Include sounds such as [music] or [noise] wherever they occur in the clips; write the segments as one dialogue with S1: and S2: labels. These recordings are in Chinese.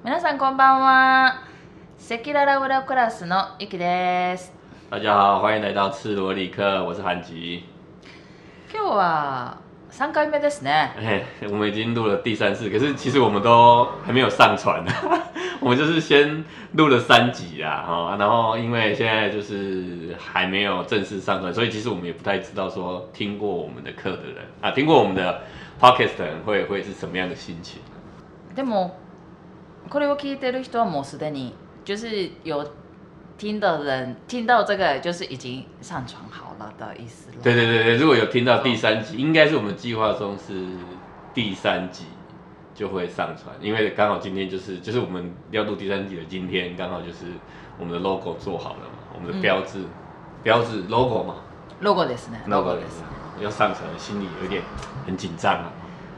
S1: 皆さんこんばんは赤裸々裏クラスのゆきです
S2: 大家好，欢迎来到赤裸里克，我是韩吉。
S1: 今日は3回目ですね
S2: 哎，我们已经录了第三次，可是其实我们都还没有上传 [laughs] 我们就是先录了三集啊，哦，然后因为现在就是还没有正式上传，所以其实我们也不太知道说听过我们的课的人啊，听过我们的 podcast 的人会会是什么样的心情。
S1: でもこれを聞いてる人はもうすでに就是有听的人听到这个就是已经上传好了的意思了
S2: 对对对对，如果有听到第三集，应该是我们计划中是第三集就会上传，因为刚好今天就是就是我们要录第三集的今天，刚好就是我们的 logo 做好了嘛，我们的标志、标志 logo 嘛
S1: ロゴですねロゴです
S2: 要上传，心里有点很紧张啊，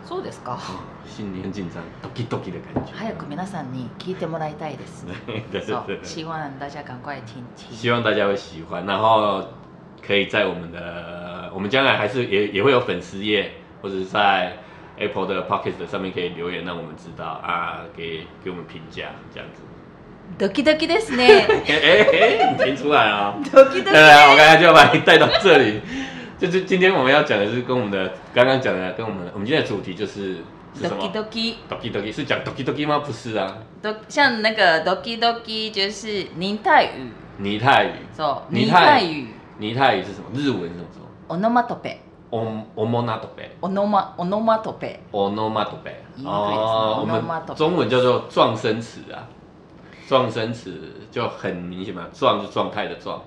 S1: そうですか
S2: 心里很紧张，doki doki 的感觉。
S1: 早く皆さんに聞いてもらいたいです
S2: [laughs] 对对
S1: そ
S2: 对
S1: う
S2: 对。
S1: 希望大家赶快听
S2: 希
S1: 听
S2: 望大家会喜欢，然后可以在我们的，我们将来还是也也会有粉丝页，或者是在 Apple 的 Pocket 上面可以留言，让我们知道啊，给给我们评价这样子。
S1: ドキドキですね
S2: 哎哎哎，你听出来啊、
S1: [laughs] ド
S2: [laughs]
S1: キドキ
S2: 对啊，我刚才就把你带到这里，就是今天我们要讲的是跟我们的刚刚讲的跟我们的我们今天的主题就是是什
S1: ド
S2: 么
S1: キドキ
S2: doki doki 是讲 doki doki 吗？不是啊，
S1: ド像那个ドキドキ就是忍耐语
S2: 泥泰语，
S1: そう忍
S2: 忍
S1: 耐
S2: 耐
S1: 语
S2: 泥泰语是什么？日文是什么说？
S1: オノマトペ
S2: オオモナトベ。
S1: オノマオノマトペ
S2: オノマトペ
S1: 言いにくいですね
S2: 哦，
S1: オ
S2: 我
S1: ノマトペ
S2: 们中文叫做撞声词啊，撞声词就很明显嘛，撞是状态的撞，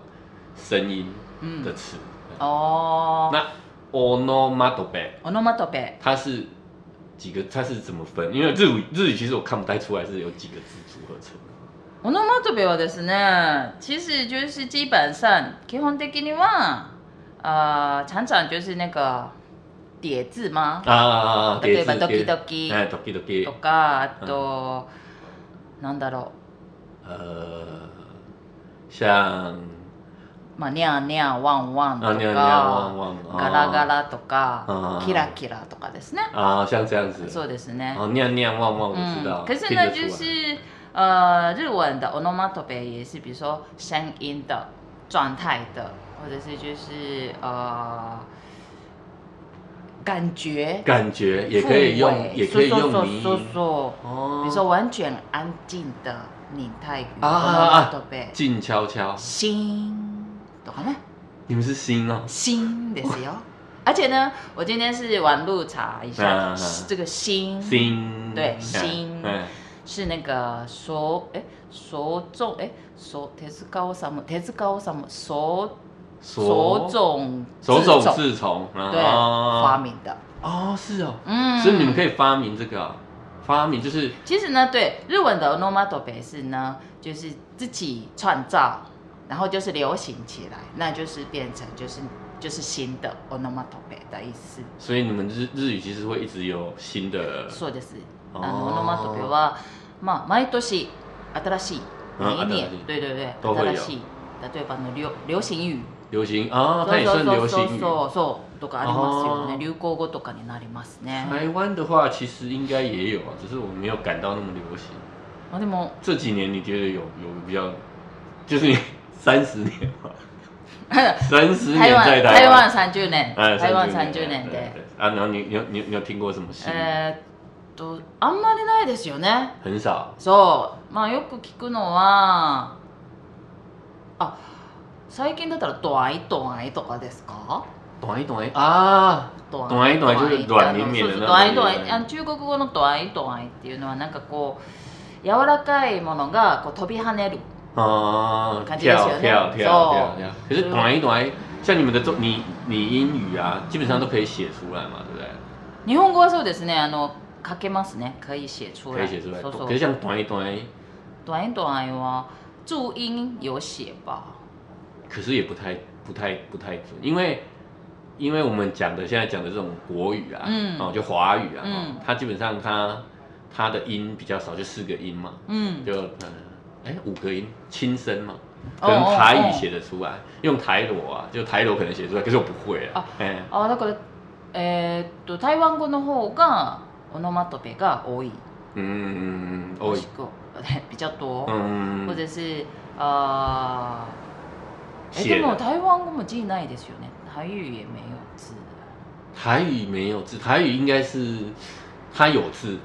S2: 声音
S1: 嗯
S2: 的词。
S1: 哦
S2: 那オノマトペ
S1: オノマトペ
S2: 它是几个？它是怎么分？因为日语日语其实我看不太出来是由几个字组合成的。
S1: オノマトペはですね其实就是基本上基本的には呃常常就是那个叠字吗
S2: 啊啊啊啊！
S1: 例えば
S2: 叠字
S1: ドキド
S2: 叠
S1: キ
S2: 字哎，ドキドキ
S1: と，かあと、なんだろ
S2: 呃，像
S1: うまあニャーニャーワンワンとか
S2: 啊，你好你好，汪汪，哦
S1: ガラガラとか
S2: あー
S1: キラキラとかですね
S2: 啊，像这样子，
S1: そうですね
S2: 哦，念念旺旺，我知道。
S1: 嗯可是
S2: 听得
S1: 呢，就
S2: 出来
S1: 是呃，日文的 onomatope 也是，比如说声音的、状态的，或者是就是呃感觉，
S2: 感觉也可以
S1: 氛
S2: 用，
S1: 围
S2: 也可以
S1: 说
S2: 用
S1: 说
S2: 迷
S1: 说说说
S2: 哦，
S1: 比如说完全安静的拟态语
S2: 啊啊啊
S1: onomatope，
S2: 静悄悄，
S1: 心とかね、
S2: 你们是心哦，
S1: 心ですよ。而且呢，我今天是网路查一下
S2: 嗯嗯嗯，
S1: 这个心
S2: 心
S1: 对
S2: 嗯
S1: 心
S2: 嗯，
S1: 是那个手哎手冢哎手手塚治虫手塚治虫手手冢
S2: 手
S1: 治
S2: 冢
S1: 虫
S2: 治虫，嗯
S1: 对
S2: 哦
S1: 发明的，
S2: 哦，是哦，
S1: 嗯
S2: 所以你们可以发明这个哦，发明就是
S1: 其实呢，对日文的 onomatope 是呢，就是自己创造，然后就是流行起来，那就是变成就是就是新的 onomatope 的意思。
S2: 所以你们日日语其实会一直有新的
S1: そうです。あ
S2: 哦
S1: のオノマトペはまあ毎年新しい
S2: 嗯
S1: 每一年
S2: 新しい
S1: 对对对
S2: 都会有
S1: 新しい例えばあの流流行語
S2: 流行啊，它也
S1: そう
S2: 算
S1: そうそう
S2: 流行
S1: そ
S2: 语。
S1: うそうとかありますよ
S2: あ
S1: ね
S2: ー
S1: 流行語とかになりますね、
S2: 台湾的话，其实应该也有啊，只是我没有感到那么流行。
S1: まあ、でも
S2: 这几年你觉得有有比较，就是你三十年
S1: [laughs]
S2: 嘛，三十年
S1: 台
S2: 在
S1: 湾
S2: 台
S1: 台
S2: 湾
S1: 湾，30年
S2: 哎
S1: 台湾
S2: 30
S1: 30年呃
S2: 对对
S1: で
S2: 对啊，然后你你有你有你有听过什么新？
S1: えーっとあんまりないですよね
S2: 很少
S1: そうまあよく聞くのはあ最近だったら「ドアイドアイ」とかですか
S2: 短一短一啊，
S1: ドアイ
S2: 短一短一就是软绵绵
S1: そう
S2: 的
S1: そうドア
S2: 那
S1: イド
S2: 种
S1: アイあの
S2: 感觉。
S1: 中国語のドアイドアイっていうのはなんかこう柔らかいものがこう飛び跳ねる
S2: 哦，
S1: 感
S2: 跳
S1: 觉就是
S2: 跳
S1: 有
S2: 跳
S1: 那种
S2: 跳
S1: 哦
S2: 跳，可是短一短一，像你们的中你你英语啊，基本上都可以写出来嘛，对不对？
S1: 日本語はそうですねあの書けますね可以写出来
S2: 可以写出来。
S1: そうそう
S2: 可是像短一短一，
S1: 短音短音は注音有写吧
S2: 可是也不太不太不太准，因为因为我们讲的现在讲的这种国语啊，
S1: 嗯
S2: 哦，就华语啊，
S1: 嗯
S2: 哦它基本上它它的音比较少，就四个音嘛，
S1: うん
S2: 就嗯，哎、五个音，轻声嘛，
S1: 哦
S2: 可能台
S1: 哦
S2: 语
S1: 哦
S2: 写得出来，用台罗啊，就台罗可能写出来，可是我不会啊
S1: 啊，
S2: 哎、
S1: あだからえーっと台湾語の方がオノマトペが多い
S2: 嗯，
S1: も
S2: 哦嗯
S1: し。くは比较多，
S2: うん
S1: 哦或者是呃，哎、
S2: 写
S1: でも
S2: 的
S1: 台湾語も字ないですよね。台语也没有字。
S2: 台语没有字，台语应该是它有字，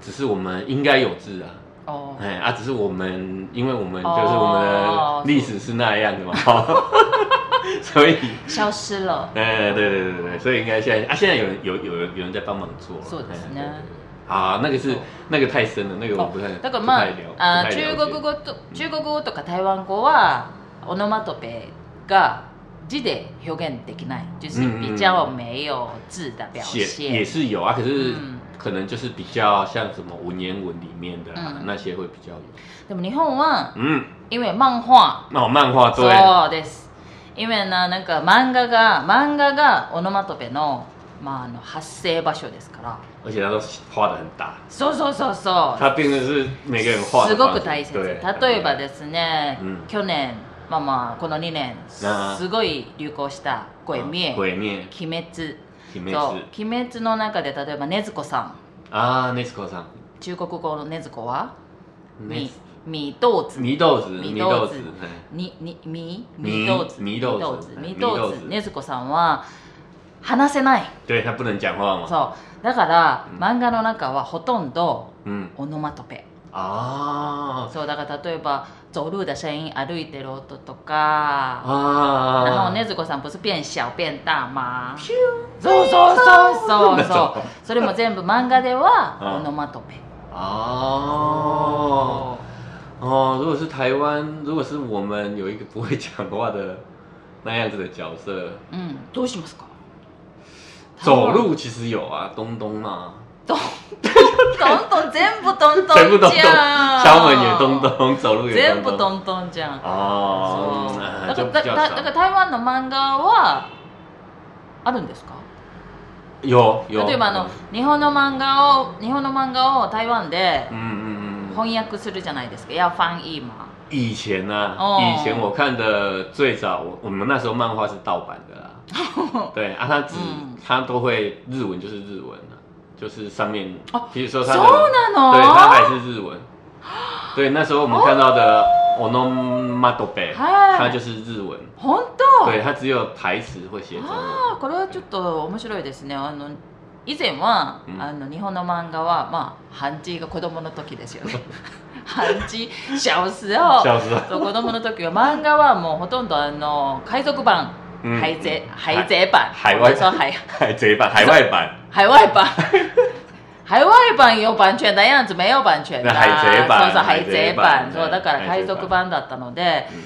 S2: 只是我们应该有字啊。
S1: 哦，
S2: 哎啊，只是我们，因为我们
S1: 哦
S2: 就是我们的历史是那样的嘛， [laughs] 所以，
S1: 消失了。
S2: 哎，对对对对，所以应该现在啊，现在有人有有人有人在帮忙做了，
S1: そうです
S2: 哎对
S1: ね
S2: 对对啊，那个是那个太深了，哦那个呃我不太
S1: だから
S2: 不
S1: ま
S2: 太了
S1: あ、あ
S2: 不太了
S1: ー
S2: 解
S1: 中国語と中国語とか台湾語はオノマトペが字で表現できない。就是
S2: 嗯嗯
S1: 比较没有字的表
S2: 写
S1: 现。
S2: 也是有啊，可是
S1: 嗯
S2: 可能就是比较像什么文言文里面的啦
S1: 嗯
S2: 那些会比较有，
S1: でも日本は
S2: 嗯，
S1: 因为漫画
S2: 那我漫画对，
S1: そうです。今ななんか漫画が漫画がオノマトペのまああの発生場所ですから。
S2: 而且它都画的很大，
S1: そうそうそうそう。
S2: 它变成是每个人画的
S1: すご
S2: 方式，
S1: く大切
S2: 对，
S1: 例えばですね、
S2: うん
S1: 去年まあまあこの2年
S2: あー
S1: すごい流行した「鬼
S2: 面
S1: 滅」
S2: 鬼面
S1: 鬼滅」
S2: 鬼面
S1: そう
S2: 是。
S1: 「鬼滅」の中で例えば禰豆子さん
S2: 啊，那斯口上，
S1: 中国語の禰豆子は
S2: 那
S1: み米豆子
S2: 米豆子，
S1: 米
S2: 米
S1: 豆
S2: 豆
S1: 子
S2: 子，
S1: ににみみ
S2: み
S1: 豆子
S2: み豆子
S1: 子
S2: はい
S1: み豆子
S2: み
S1: 禰豆
S2: 豆子
S1: 子さんは話せない
S2: 嘿对他不能讲话嘛，
S1: そうだから
S2: うん
S1: 漫画の中はほとんど
S2: 嗯
S1: オノマトペ
S2: 啊
S1: そうだから例えば「走路的声音」歩いてる音とか
S2: 啊，
S1: 然后禰豆子さん不是变小变大吗？そうそうそうそう
S2: 那
S1: そ
S2: 种
S1: う。それも全部漫画では
S2: う
S1: オ
S2: ん
S1: ノマトペ。
S2: 哦哦，如果是台湾，如果是我们有一个不会讲话的那样子的角色，
S1: うん。どうしますか？
S2: 走路其实有啊，东东嘛，
S1: トントントン全部トントン
S2: 全部东
S1: じ
S2: 东，
S1: ゃん。
S2: 敲门也东东，走路也
S1: 全
S2: 东
S1: 部
S2: 东，
S1: トントンじゃん。
S2: 哦
S1: そ，
S2: 嗯
S1: う
S2: 就
S1: だ
S2: 比
S1: からだだだ
S2: 较
S1: から
S2: 少，
S1: 台湾の漫画はあるんですか？
S2: 有有，嗯
S1: 例えばあの日本の漫画を日本の漫画を台湾で
S2: 嗯嗯嗯嗯。
S1: 翻訳するじゃないですか。要翻译嘛。
S2: 以前呢、啊
S1: 哦
S2: 以前我看的最早，我我们那时候漫画是盗版的啦。
S1: [laughs]
S2: 对啊，它只、
S1: 嗯
S2: 它都会日文，就是日文啊，就是上面
S1: 哦，
S2: 比如说它的，
S1: そうなの？
S2: 对，它还是日文。对，那时候我们看到的 onomatope，、
S1: 哦嗨哦
S2: 它就是日文。
S1: 本当
S2: 对，它只有台词会写中文。
S1: あーこれはちょっと面白いですねあの以前は、
S2: うん
S1: あの日本の漫画はまあハンチが子供の時ですよね [laughs] ハンチシャオスを
S2: 小时候，
S1: そう子供の時は漫画はもうほとんどあの海賊版
S2: 嗯
S1: 海贼海贼版
S2: 海外
S1: そう海
S2: 海贼版、海外版，
S1: 海外版海外版有版权的样子没有版权的
S2: 海贼版
S1: そうそう
S2: 海
S1: 海
S2: 贼
S1: 贼
S2: 版
S1: 版そうだから
S2: 海
S1: 海
S2: 賊版
S1: 賊版だったので
S2: 嗯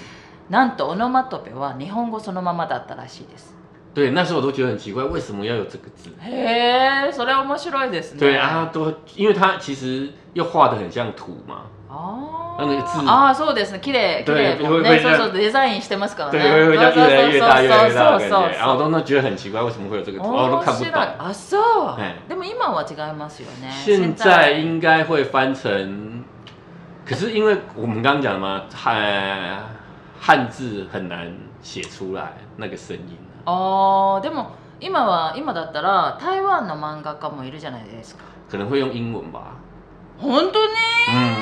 S1: なんとオノマトペは日本語そのままだったらしいです
S2: 对，那时候我都觉得很奇怪，为什么要有这个字？
S1: へえ、それ面白いですね。
S2: 对啊，它都因为它其实又画的很像图嘛。
S1: あー。
S2: なんか字
S1: あーそうですね。綺麗綺
S2: 对
S1: 麗もう
S2: 会
S1: ね、
S2: 会
S1: そうそうデザインしてますからね。
S2: 对，会会这样越来越大，越来越大
S1: そうそ
S2: 的感
S1: うそう
S2: 觉，然后我都那觉得很奇怪，为什么会有这个图，然后都
S1: 面
S2: 看不
S1: 白い。
S2: 懂。
S1: あ、そう
S2: 哎。
S1: でも今は違いますよね。
S2: 现在应该会翻成，可是因为我们刚刚讲的嘛，汉汉字很难写出来那个声音
S1: あ
S2: 啊、
S1: ーでも今は今だったら台湾の漫画家もいるじゃないですか。
S2: 可能会用英文吧。
S1: 本当に？
S2: 嗯，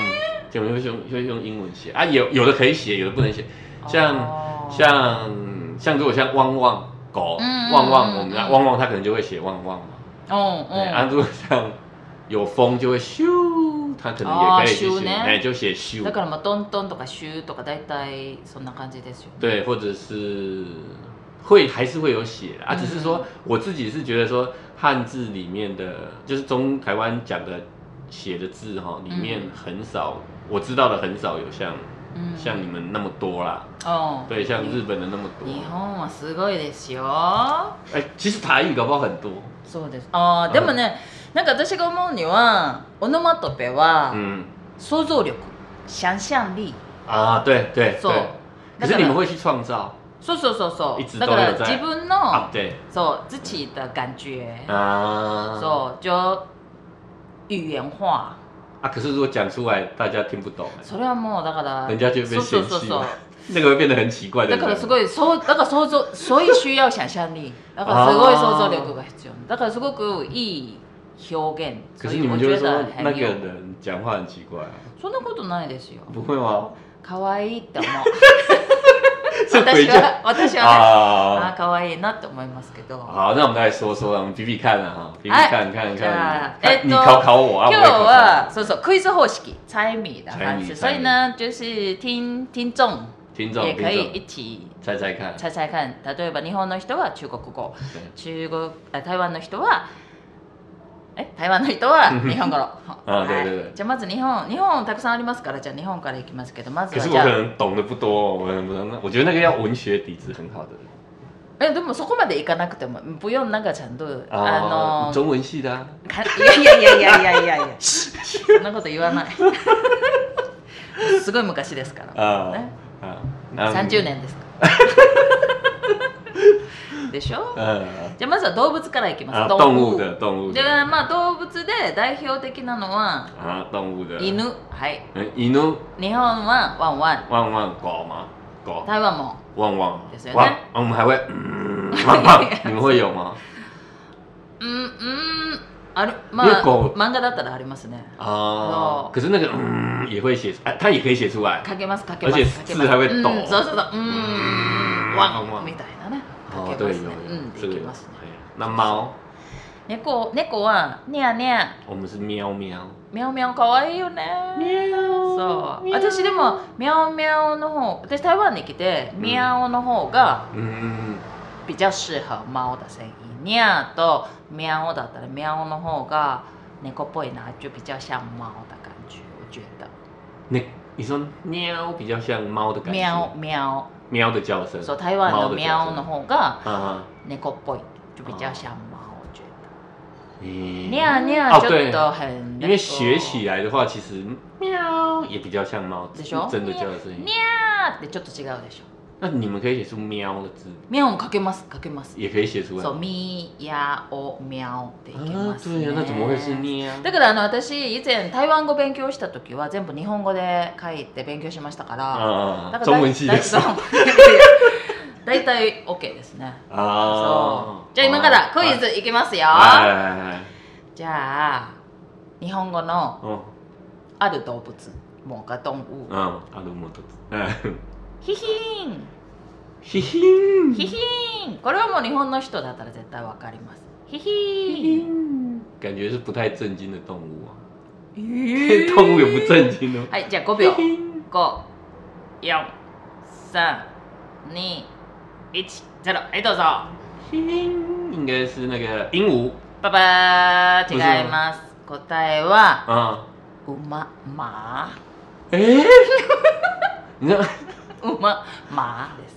S2: 就会用会用英文写啊，有有的可以写，有的不能写，像
S1: あー
S2: 像像如果像汪汪狗
S1: 嗯嗯
S2: 汪汪，
S1: 嗯
S2: 我们
S1: 嗯
S2: 汪汪他可能就会写汪汪嘛。
S1: うん
S2: 对，啊，
S1: う
S2: 如果像有风就会咻，它可能也可以去
S1: 哦咻
S2: 写，
S1: 呢
S2: 哎、就写
S1: ん。だか
S2: 咻，
S1: らまあトントンとかシューとか大体そんな感じですよね。
S2: 对，或者是会还是会有写的啊，
S1: 嗯
S2: 只是说我自己是觉得说汉字里面的，就是中台湾讲的写的字哈，里面
S1: 嗯
S2: 很少，我知道的很少有像
S1: うん。
S2: 像你们那么多啦，
S1: うん。
S2: 对，像日本的那么多，
S1: 日本はすごいですよ
S2: 哎、其实台语搞不好很多，
S1: そうですあーでもね、なんか私が思うにはオノマトペは
S2: 嗯
S1: 想像力、想象力
S2: 啊，对对
S1: そう
S2: 对，可是你们会去创造
S1: そうそうそうそ
S2: いつ
S1: う
S2: ど
S1: だ
S2: うよ
S1: から
S2: 在
S1: 自分の、
S2: 啊，对
S1: そう自己的感觉、
S2: 啊，
S1: そう就语言化
S2: 啊，可是如果讲出来大家听不懂、欸，
S1: それはもうだから
S2: 人家就会被
S1: そうそうそ
S2: 嫌
S1: う
S2: 弃
S1: そう
S2: 嘛，那个会变得很奇怪的
S1: だ
S2: 人。
S1: からすご
S2: [laughs]
S1: いそうだから想像そういう需要想象力だからすごい想像力が必要だからすごくいい表現。
S2: 可
S1: 所
S2: 是
S1: 以
S2: 你
S1: 我
S2: 们就会
S1: 觉
S2: 说
S1: 得
S2: 那
S1: 很
S2: 个
S1: 有。
S2: 人讲话很奇怪、啊，
S1: そんなことないですよ。
S2: 不会吗？
S1: 可愛いって
S2: [laughs]
S1: 思う。
S2: 是回
S1: 私
S2: 家
S1: は私はあ。
S2: 啊
S1: 可愛いなって思いますけど。
S2: 好，那我们再来说说，我们比比看啊，哈，比比
S1: 哎
S2: 看看
S1: じゃ
S2: 看
S1: あ，
S2: 看
S1: えっと
S2: 你考考我啊，
S1: 今日
S2: 我也考考
S1: はそうそうクイズ方式猜谜的方
S2: 猜谜
S1: 式，所以呢，就是听听众
S2: 你。听众，
S1: 也
S2: 听
S1: 可以一
S2: 众，
S1: 起
S2: 猜猜看。
S1: 猜猜看。例えば日本の人は中国語、
S2: 对
S1: 中国あ台湾の人はえ台湾の人は
S2: うん
S1: 日本語。
S2: [laughs] あ
S1: は
S2: 对对对
S1: い。じゃあまず日本日本たくさんありますからじゃあ日本からいきますけどまず
S2: 可
S1: は
S2: 是
S1: じ
S2: 我可
S1: ゃあ
S2: 能懂得不多、哦，我可能不能。我觉得那个要文学底子很好的人
S1: えでもそこまでいかなくても不用なんかちゃんと
S2: 啊
S1: あ、の
S2: 中文系的、啊。
S1: かいやいやいやいやいやいやいやそんなこと言わない。 [laughs] すごい昔ですから。
S2: 啊
S1: ね
S2: 啊，
S1: 三十年ですか。
S2: [laughs]
S1: でしょ。
S2: 嗯，
S1: じゃあまずは動物からいきます。
S2: 啊，动物的动物
S1: で
S2: 的
S1: まあ動物で代表的なのは
S2: 啊，动物的。
S1: 犬はい。
S2: 嗯，犬
S1: 日本はワンワン。
S2: 旺旺狗吗？狗
S1: 台湾も
S2: 旺旺
S1: 就是
S2: 旺
S1: 那，
S2: 我们还会
S1: [laughs]
S2: 嗯旺旺，你们会有吗？
S1: うんうんあるま
S2: いや
S1: あ
S2: こう
S1: 漫画だったらありますね。
S2: 哦
S1: 哦，
S2: 可是那个嗯也会写出，哎，它也可以写出来。
S1: かけますかけます。
S2: 而且
S1: かけます
S2: 字还会抖
S1: うんそうそうそう。うんワ
S2: ワンワン
S1: ンみたいなね。か
S2: 哦，
S1: けま
S2: 对，有
S1: す
S2: 有
S1: ね。うん
S2: 这个
S1: でき
S2: 有
S1: ますね。
S2: 哎呀那猫，
S1: 猫猫はニャーニャー。
S2: 我们是喵喵。
S1: ミャオミャオ可愛いよね。そう私でもミャオミャオの方私台湾に来て
S2: うん
S1: ミャオの方が
S2: 嗯，
S1: 比较适合猫的声音ニャーとミャオだったらミャオの方が猫っぽいな就比较像猫的感觉我觉得
S2: 你你说喵比较像猫的感觉，
S1: 喵喵
S2: 喵的叫声。
S1: そう台湾のミャオの方が
S2: 啊哈，
S1: 猫っぽい就比较像猫我觉得
S2: 嗯
S1: ニャーニャー
S2: 哦
S1: ちょ
S2: 对
S1: っと很
S2: 因为
S1: 哦
S2: 学起来的话，其实喵也比较像猫
S1: でしょ
S2: 真的叫的声音
S1: ニ。ャーってちょっと違うでしょ
S2: 那你们可以写出喵的字，
S1: ミャオもかけますかけます
S2: 也可以写出来。
S1: そう、みやおみゃおっていけま，
S2: 啊
S1: す、
S2: 对
S1: ね
S2: 呀，那怎么会是喵？
S1: だからあの私以前台湾語勉強した時は全部日本語で書いて勉強しましたから、
S2: 啊
S1: だ，から
S2: 中文系的
S1: だい [laughs] だいたい OK ですね。
S2: 啊哦
S1: そ。うじゃあ今からクイズいきますよ。
S2: 哎。哎哎哎，
S1: じゃあ日本語の
S2: 哦，
S1: ある動物もうか動物、
S2: 嗯，阿鲁摩托子，嗯，
S1: ヒヒーン
S2: 嘿
S1: ヒ
S2: 嘿，
S1: ヒーンこれはもう日本の人だったら絶対わかります。ヒヒ [laughs] ーン。
S2: 感觉是不太正经的动物啊， [laughs]
S1: えー
S2: 动物也不正经哦。
S1: はい、じゃあ5
S2: 嘿
S1: 秒。
S2: 嘿
S1: 五、四、三、二、一、ゼロ。はい、どうぞ。
S2: 嘿嘿应该是那个鹦鹉
S1: パパー違います。答えは、
S2: 啊，
S1: 馬、馬、
S2: [laughs] 哎，你知道
S1: 馬、馬です。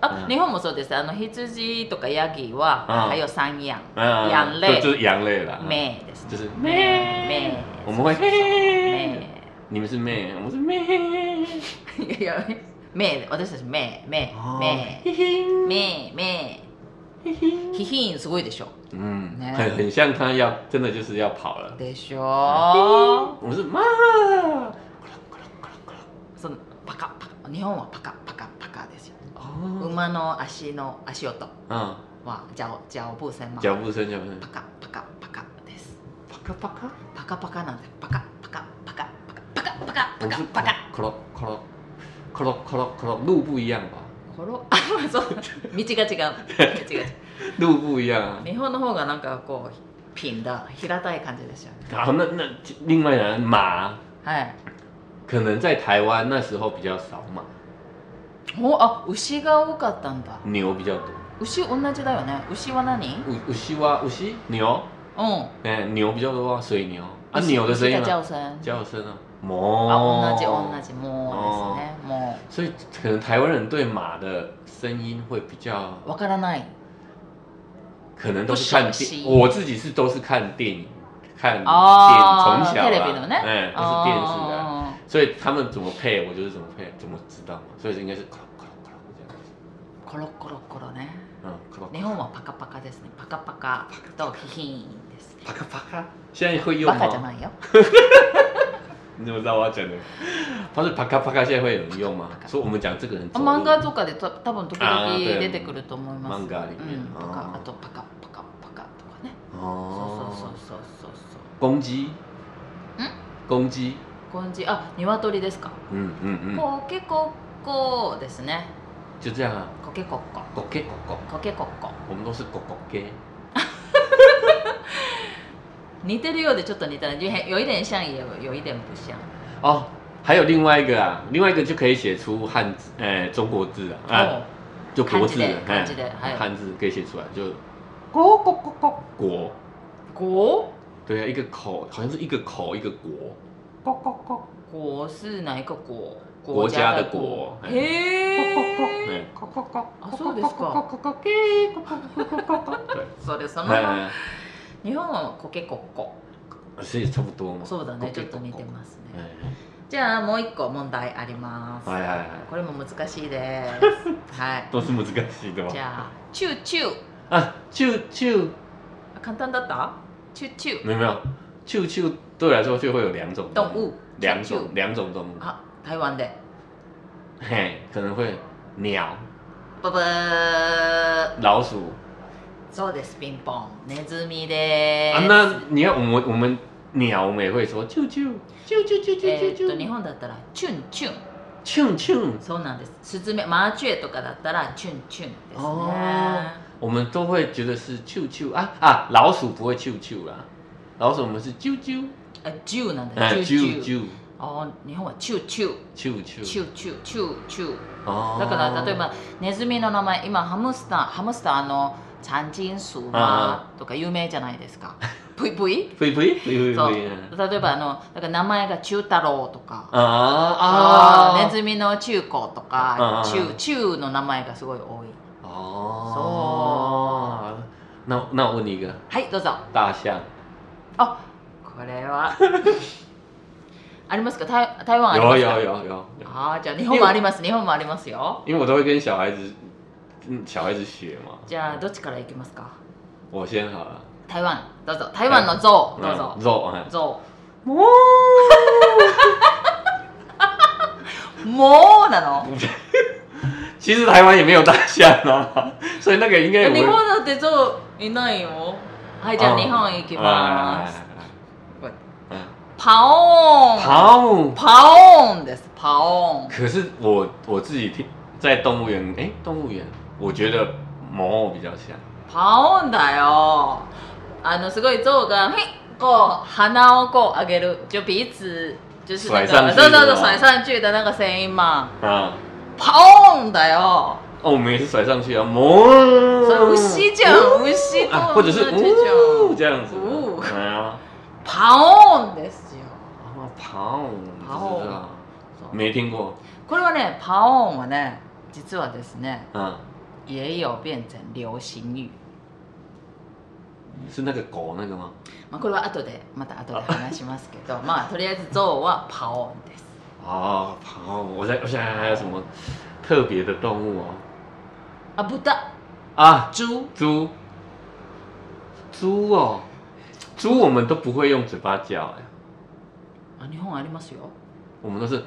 S1: あ
S2: う、ん
S1: 日本もそうです。あの、羊とかヤギは、
S2: うん
S1: 还有山羊、
S2: 啊，
S1: 羊类
S2: 就就是羊类啦，
S1: 目です。
S2: 就是
S1: 咩
S2: 咩，我们会咩，
S1: 目。
S2: 你们是咩，我们是咩，
S1: いや、目、私たち目、目、
S2: 哦
S1: 目、
S2: 嘿嘿
S1: 目、目、
S2: 嘿嘿
S1: ヒヒンすごいでしょ。
S2: 嗯，
S1: ね
S2: 很很像他要真的就是要跑了。
S1: でし
S2: 哦
S1: ょ，。
S2: 我们是妈。
S1: そのパカパカ、日本はパカパカパカですよ。
S2: 哦，
S1: 馬の足の足音
S2: 嗯，
S1: はジャオジャオブーセンマ。
S2: 脚步声，脚步声
S1: パ，カパカパカです。
S2: 啪咔啪咔，
S1: パカパカなんです。パカパカパカパカパカパ
S2: 我们
S1: カ
S2: 是
S1: パカパカ。
S2: 咔咯咔咯咔咯咔咯咔咯，路不一样吧？
S1: ころ、あ、 [laughs] そう、道が違う。道が違う。
S2: 路不一样啊。
S1: 日本の方がなんかこうピンだ平たい感じですよね。
S2: 好，那那另外呢，马
S1: はい。
S2: 可能在台湾那时候比较少马，
S1: お、あ、牛が多かったんだ。
S2: 牛比较多。
S1: 牛同じだよね牛は何うん
S2: 乌乌西哇乌西牛，哎、牛比较多啊，水牛啊，牛的声音
S1: 牛
S2: 啊，
S1: 叫声
S2: 叫声啊，
S1: あ
S2: 哞，
S1: 同じ同じもうですねも
S2: 所以可能台湾人对马的声音会比较，
S1: うわからない
S2: 可能都是看
S1: 不熟悉
S2: 电，我自己是都是看电影、看电影，从、
S1: あー
S2: 小
S1: テレビ
S2: 啦
S1: のね
S2: 哎、都是电视的、
S1: あ
S2: 所以他们怎么配，我就是怎么配，怎么知道嘛？所以应该是咔啦咔啦咔啦这样子。
S1: コロコロコロね。
S2: 嗯，咔啦
S1: 日本はパカパカですね。パカパカとヒヒンです。
S2: 啪咔啪咔。现在会用
S1: バ
S2: 吗
S1: カじ？ゃないよ。
S2: 你怎么知道我要讲的？他是啪咔啪咔，现在会有人用吗
S1: 啪咔啪？咔
S2: 所以我们讲这个人走路。
S1: 漫画とかでと多分時々
S2: あー
S1: 出てくると思います。
S2: 漫画里面
S1: うん、とか
S2: あー
S1: あとパカパカパカとかね。そ
S2: 哦，
S1: うそうそうそうそう。
S2: 公鸡。
S1: 嗯
S2: 公鸡。
S1: こんじあ鶏ですか。
S2: 嗯嗯嗯，
S1: コケコッコーですね。
S2: 就这样啊。
S1: コケコッコ。
S2: 狗给狗狗，
S1: コケコッコ。
S2: 我们都是狗狗给。
S1: 似てるようでちょっと似てない。有有一点像也有有一点不像。
S2: 哦，还有另外一个啊，另外一个就可以写出汉字，哎、中国字啊，啊、
S1: 哦
S2: 就国字，啊哎
S1: 汉字的汉字的还有
S2: 汉字可以写出来，就
S1: ゴーコココ。
S2: 国，
S1: 国
S2: 对啊，一个口，好像是一个口一个国，国国国，
S1: 国是哪一个国？
S2: 国家的国
S1: 国へえ。
S2: 哎、国国国，
S1: あそうですか。
S2: 国国给，国国国国国国，对，
S1: それそのまま
S2: 哎、
S1: 日本はコケコッコ。
S2: 所以差不多嘛，
S1: そうだね。ちょっと似
S2: 国国
S1: て
S2: 国
S1: ますね。
S2: 哎，
S1: じゃあもう一個問題あります。
S2: はいはいはい
S1: これも難しいです。はい。
S2: 哎都是難しい
S1: じ
S2: 的嘛，
S1: ゃあチューチュー。
S2: 啊，就就
S1: あ簡単だった？チューチュー。
S2: 没有没有，就就对我来说就会有两种
S1: 動物。
S2: 两
S1: チューチ
S2: 种
S1: ュー。
S2: 两种动物，
S1: あ、台湾で。
S2: 嘿，可能会鸟、
S1: ブブー。
S2: 老鼠
S1: そうです。ピンポン。ネズミで
S2: 啊。
S1: す。
S2: 那你看，我们我们鸟，我们也会说啾啾啾啾啾
S1: え
S2: 啾
S1: ーっと日
S2: 啾
S1: 本だったらチュンチュン。
S2: 啾啾啾。
S1: そうなんです。スズメ、マーチュエとかだったらチュンチュンですね。
S2: 哦我们都会觉得是啾啾啊啊，老鼠不会啾啾啦，老鼠我们是啾啾，
S1: あ、ジューなんだ。
S2: 哎，
S1: ジュ
S2: 啾
S1: ージュー。
S2: 啾
S1: あー、日本はチューチュー。
S2: 啾啾
S1: チューチューチューチュー。
S2: 哦
S1: だから例えばネズミの名前今ハムスターハムスターのチャンジンスーマーとか有名じゃないですか。ぷいぷい。
S2: 呸呸呸呸
S1: そう
S2: 呸
S1: 例えばあのだから名前が中太郎とか。あ
S2: 啊啊
S1: ーネズミの中高とか
S2: あー
S1: 中中の名前がすごい多い
S2: 哦，那那我问你一个，
S1: はいどうぞ
S2: 大象
S1: あこれは [laughs] ありますか台台湾あり
S2: 有
S1: ますか
S2: 有有有有，
S1: あーじゃあ日本もあります日本もありますよ
S2: 因为我都会跟小孩子嗯小孩子学嘛，
S1: じゃあどっちからいきますか
S2: 我先好了，
S1: 台湾どうぞ台湾の象どうぞ
S2: 嗯肉哎。 [laughs]
S1: 象
S2: 哦，
S1: [laughs] もうなの
S2: 其实台湾也没有大象啊， [laughs] 所以那个应该
S1: 日本
S2: 我嗯
S1: だって象いないよはいじゃあ日本行きます
S2: 哎。哎哎哎
S1: パオーン
S2: 好，
S1: パオーンですパオーン
S2: 可是我我自己听在动物园，哎，动物园，我觉得猫比较像。
S1: パオンだよあのすごい象がはいこう鼻をこう上げる就鼻子就是那
S2: 甩上
S1: 个
S2: 去
S1: 对对
S2: 的
S1: 对
S2: 哦
S1: 甩上去的那个声音嘛
S2: 啊，
S1: パオンだよ
S2: 哦，我们也是甩上去啊，哦，
S1: 所以无锡讲无锡
S2: 啊，
S1: と
S2: 或者是
S1: 同じじゃん
S2: 呜这样子，
S1: 呜
S2: 哎呀，
S1: パオンですよ
S2: 啊，跑，
S1: 跑
S2: 不知道，
S1: そう
S2: 没听过，
S1: これはねパオンはね実はですね
S2: 嗯，
S1: 也有变成流行语
S2: 是那个狗那个吗？
S1: まあ、これは後でまた後で話しますけ [laughs] どまあとりあえず象はパオンです
S2: 哦，跑，我在我想想还有什么特别的动物哦？
S1: あ豚
S2: 啊，
S1: 猪
S2: 猪，猪哦，猪我们都不会用嘴巴叫哎，
S1: あ日本ありますよ
S2: 我们都是，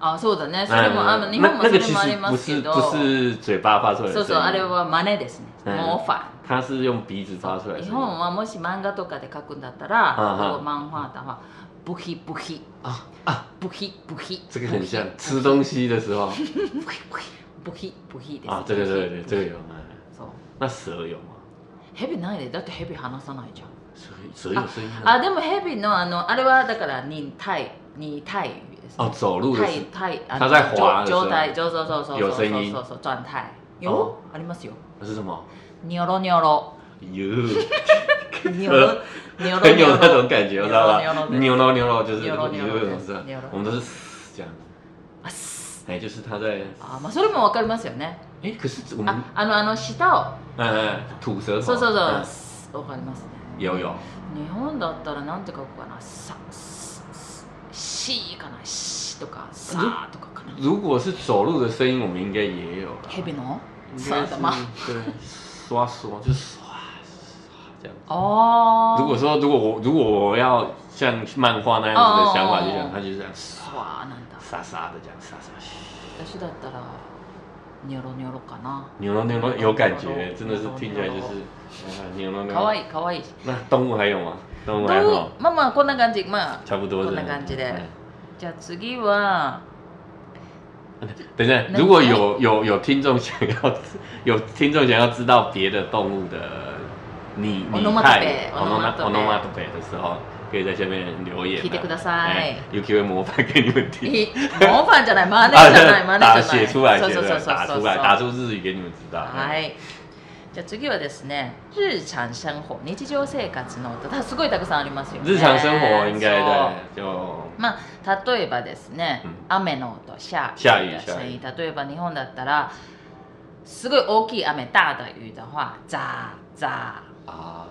S1: あそうだねそれ
S2: 哎
S1: も、あの日
S2: 啊那
S1: 本も
S2: 那
S1: そ
S2: 个
S1: れ
S2: 其
S1: もあ
S2: 实
S1: りま
S2: 不
S1: すけ
S2: 是
S1: ど
S2: 不是嘴巴发出来
S1: そう
S2: 的
S1: そうあ
S2: 声
S1: れ
S2: 音，
S1: は真似ですね
S2: うん
S1: 模範
S2: 它是用鼻子发出来的
S1: 日
S2: 声
S1: 本
S2: 音
S1: は
S2: 啊
S1: もし漫画とかで書くんだった
S2: あは
S1: らここ漫画だはブヒブヒ
S2: 啊啊，
S1: ブヒブヒ
S2: 这个很像
S1: ブヒ
S2: 吃东西的时 [laughs] 候
S1: ブヒブヒブヒブヒです
S2: 啊，对对对对，这个有，哎
S1: そう
S2: 那蛇有吗？
S1: 蛇ないでだって蛇話さないじゃん
S2: 蛇蛇有声音吗
S1: あでもヘビのあのあれはだから忍耐忍耐です
S2: 哦，走路的
S1: 耐
S2: 时
S1: 耐あ
S2: 他在滑的时候
S1: 状態そうそうそうそう
S2: 有
S1: そう
S2: 声音
S1: そうそう状態
S2: 哦
S1: よありますよ
S2: 是什么？
S1: ニョロニョロ [laughs]
S2: 哟，
S1: ニョロニョロ
S2: 很
S1: ニ
S2: [laughs] 有
S1: ョ
S2: 那种
S1: ロ
S2: 感觉，知道吧？
S1: 牛
S2: 牛肉牛肉就是
S1: 牛肉牛肉
S2: 有是吧
S1: 牛肉？
S2: 我们都是嘶这样，
S1: あす
S2: 哎，就是他在，
S1: あまあそれもわかりますよね
S2: 哎，可是我们
S1: あ，あのあの舌を
S2: 嗯，吐舌头，
S1: そうそうそう
S2: 嗯
S1: すわかりますね
S2: 有有，
S1: 日本だったらなんて書くかなさすし气可能嘘とかさとか可能。
S2: 如果是走路的声音，我们应该也有了。
S1: 黑边哦，
S2: 应
S1: 啥
S2: 该是
S1: 的吗？
S2: 对，刷刷就是刷刷这样。
S1: 哦，
S2: 如果说如果我如果我要像漫画那样子的想法，
S1: 哦
S2: 就想他就是这样刷
S1: 哇，なんだ。
S2: 沙沙的这样沙沙。
S1: 私だったらニョロニョロかな。
S2: 牛肉牛肉有感觉，真的是听起来就是啊牛肉牛
S1: 可
S2: 肉。
S1: 愛い可愛い。
S2: 那动物还有吗？动物还有
S1: ど
S2: 吗
S1: う、まあまあこんな感じ、まあ。
S2: 差不多
S1: こん
S2: 的
S1: な感じで
S2: 嗯
S1: じゃあ次は。
S2: 等一下，
S1: 能
S2: 如果有有有听众想要有听众想要知道别的动物的你你看
S1: Onomatope，
S2: o n o m a t o
S1: Onomatope
S2: p e 的时候，可以在下面留言、啊。
S1: 聞いてください
S2: 哎有机会模仿给你们 [laughs] 听。啊
S1: え模范じゃない、真似じゃない、真似じゃな
S2: 打
S1: い。
S2: 写出来，
S1: そう
S2: 写
S1: そう
S2: 出
S1: そうそう
S2: 来，打出来，打出日语给你们知道。哎
S1: はい。じゃあ次はですね、日常生活、日常生活の歌、すごいたくさんありますよね。
S2: 日常生活应
S1: そ
S2: 该
S1: う
S2: 在就
S1: まあ、例えばですね、
S2: うん
S1: 雨の音、シャー
S2: シャーシャー
S1: 声音。例えば日本だったら、すごい大きい雨、大的雨的话、ザーザ
S2: 啊，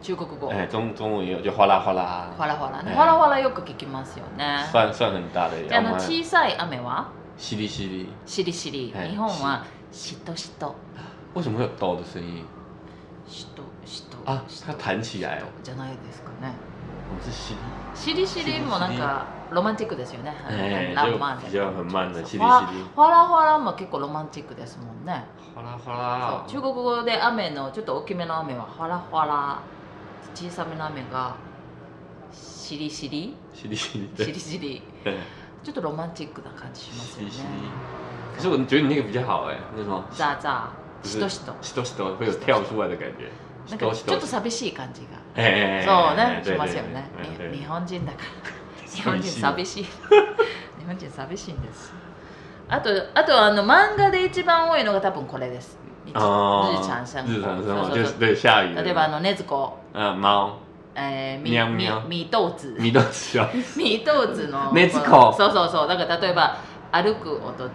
S1: ー。中国語、
S2: 哎，中中文也有，就哗啦哗啦，
S1: ほらほらね。
S2: 哎
S1: ほらほらよく聞きますよね。
S2: 算算很大的，
S1: じゃああ
S2: 要
S1: の
S2: 么
S1: 小さい雨は、
S2: 淅沥淅沥。
S1: しりしり。
S2: はい
S1: 日本は、しとしと。
S2: 为什么会有哆的声音？
S1: しとしと
S2: あ
S1: しと
S2: 它弹起来
S1: しとじゃないですかね
S2: 我们是淅沥。
S1: しりしりもなんかロマンチックですよね、
S2: ええ
S1: ラブマン
S2: 哎就比较很慢的淅沥淅
S1: ほら
S2: 沥
S1: ほらほらも結構ロマンチックですもんね
S2: 哗啦
S1: そ
S2: 哗啦
S1: う中国語で雨のちょっと大きめの雨はほらほら小さめの雨がしりしり
S2: 淅沥淅沥，
S1: し
S2: 对
S1: りしり
S2: 对，
S1: ちょっとロマンチックな感じします
S2: 淅
S1: よ
S2: 沥
S1: ね
S2: 淅沥。可是我觉得你那个比较好哎，那什么
S1: ザーザー
S2: 不
S1: し
S2: 是
S1: としと
S2: 石头石头会有跳出来的感觉，
S1: な
S2: 石
S1: んか
S2: 头
S1: ちょっと寂しい感じが
S2: 哎，
S1: そう
S2: 哎
S1: ね、しますよね。に日本人だから。日本人寂しい。 [laughs] 日本人寂しいんです。あと、あとあの漫画で一番多いのが多分これです。日
S2: 哦，
S1: 日常生活。
S2: 日常生
S1: そ
S2: 活
S1: うそう
S2: 就是
S1: そう
S2: 对下雨，
S1: 例えばあの禰豆子、
S2: 嗯猫
S1: えー、
S2: ミャンミ
S1: み
S2: ャン
S1: み豆子、
S2: 米豆吃 [laughs] 啊，
S1: [laughs] み豆子の。
S2: 禰豆子
S1: そうそうそう。だから例えば歩く音、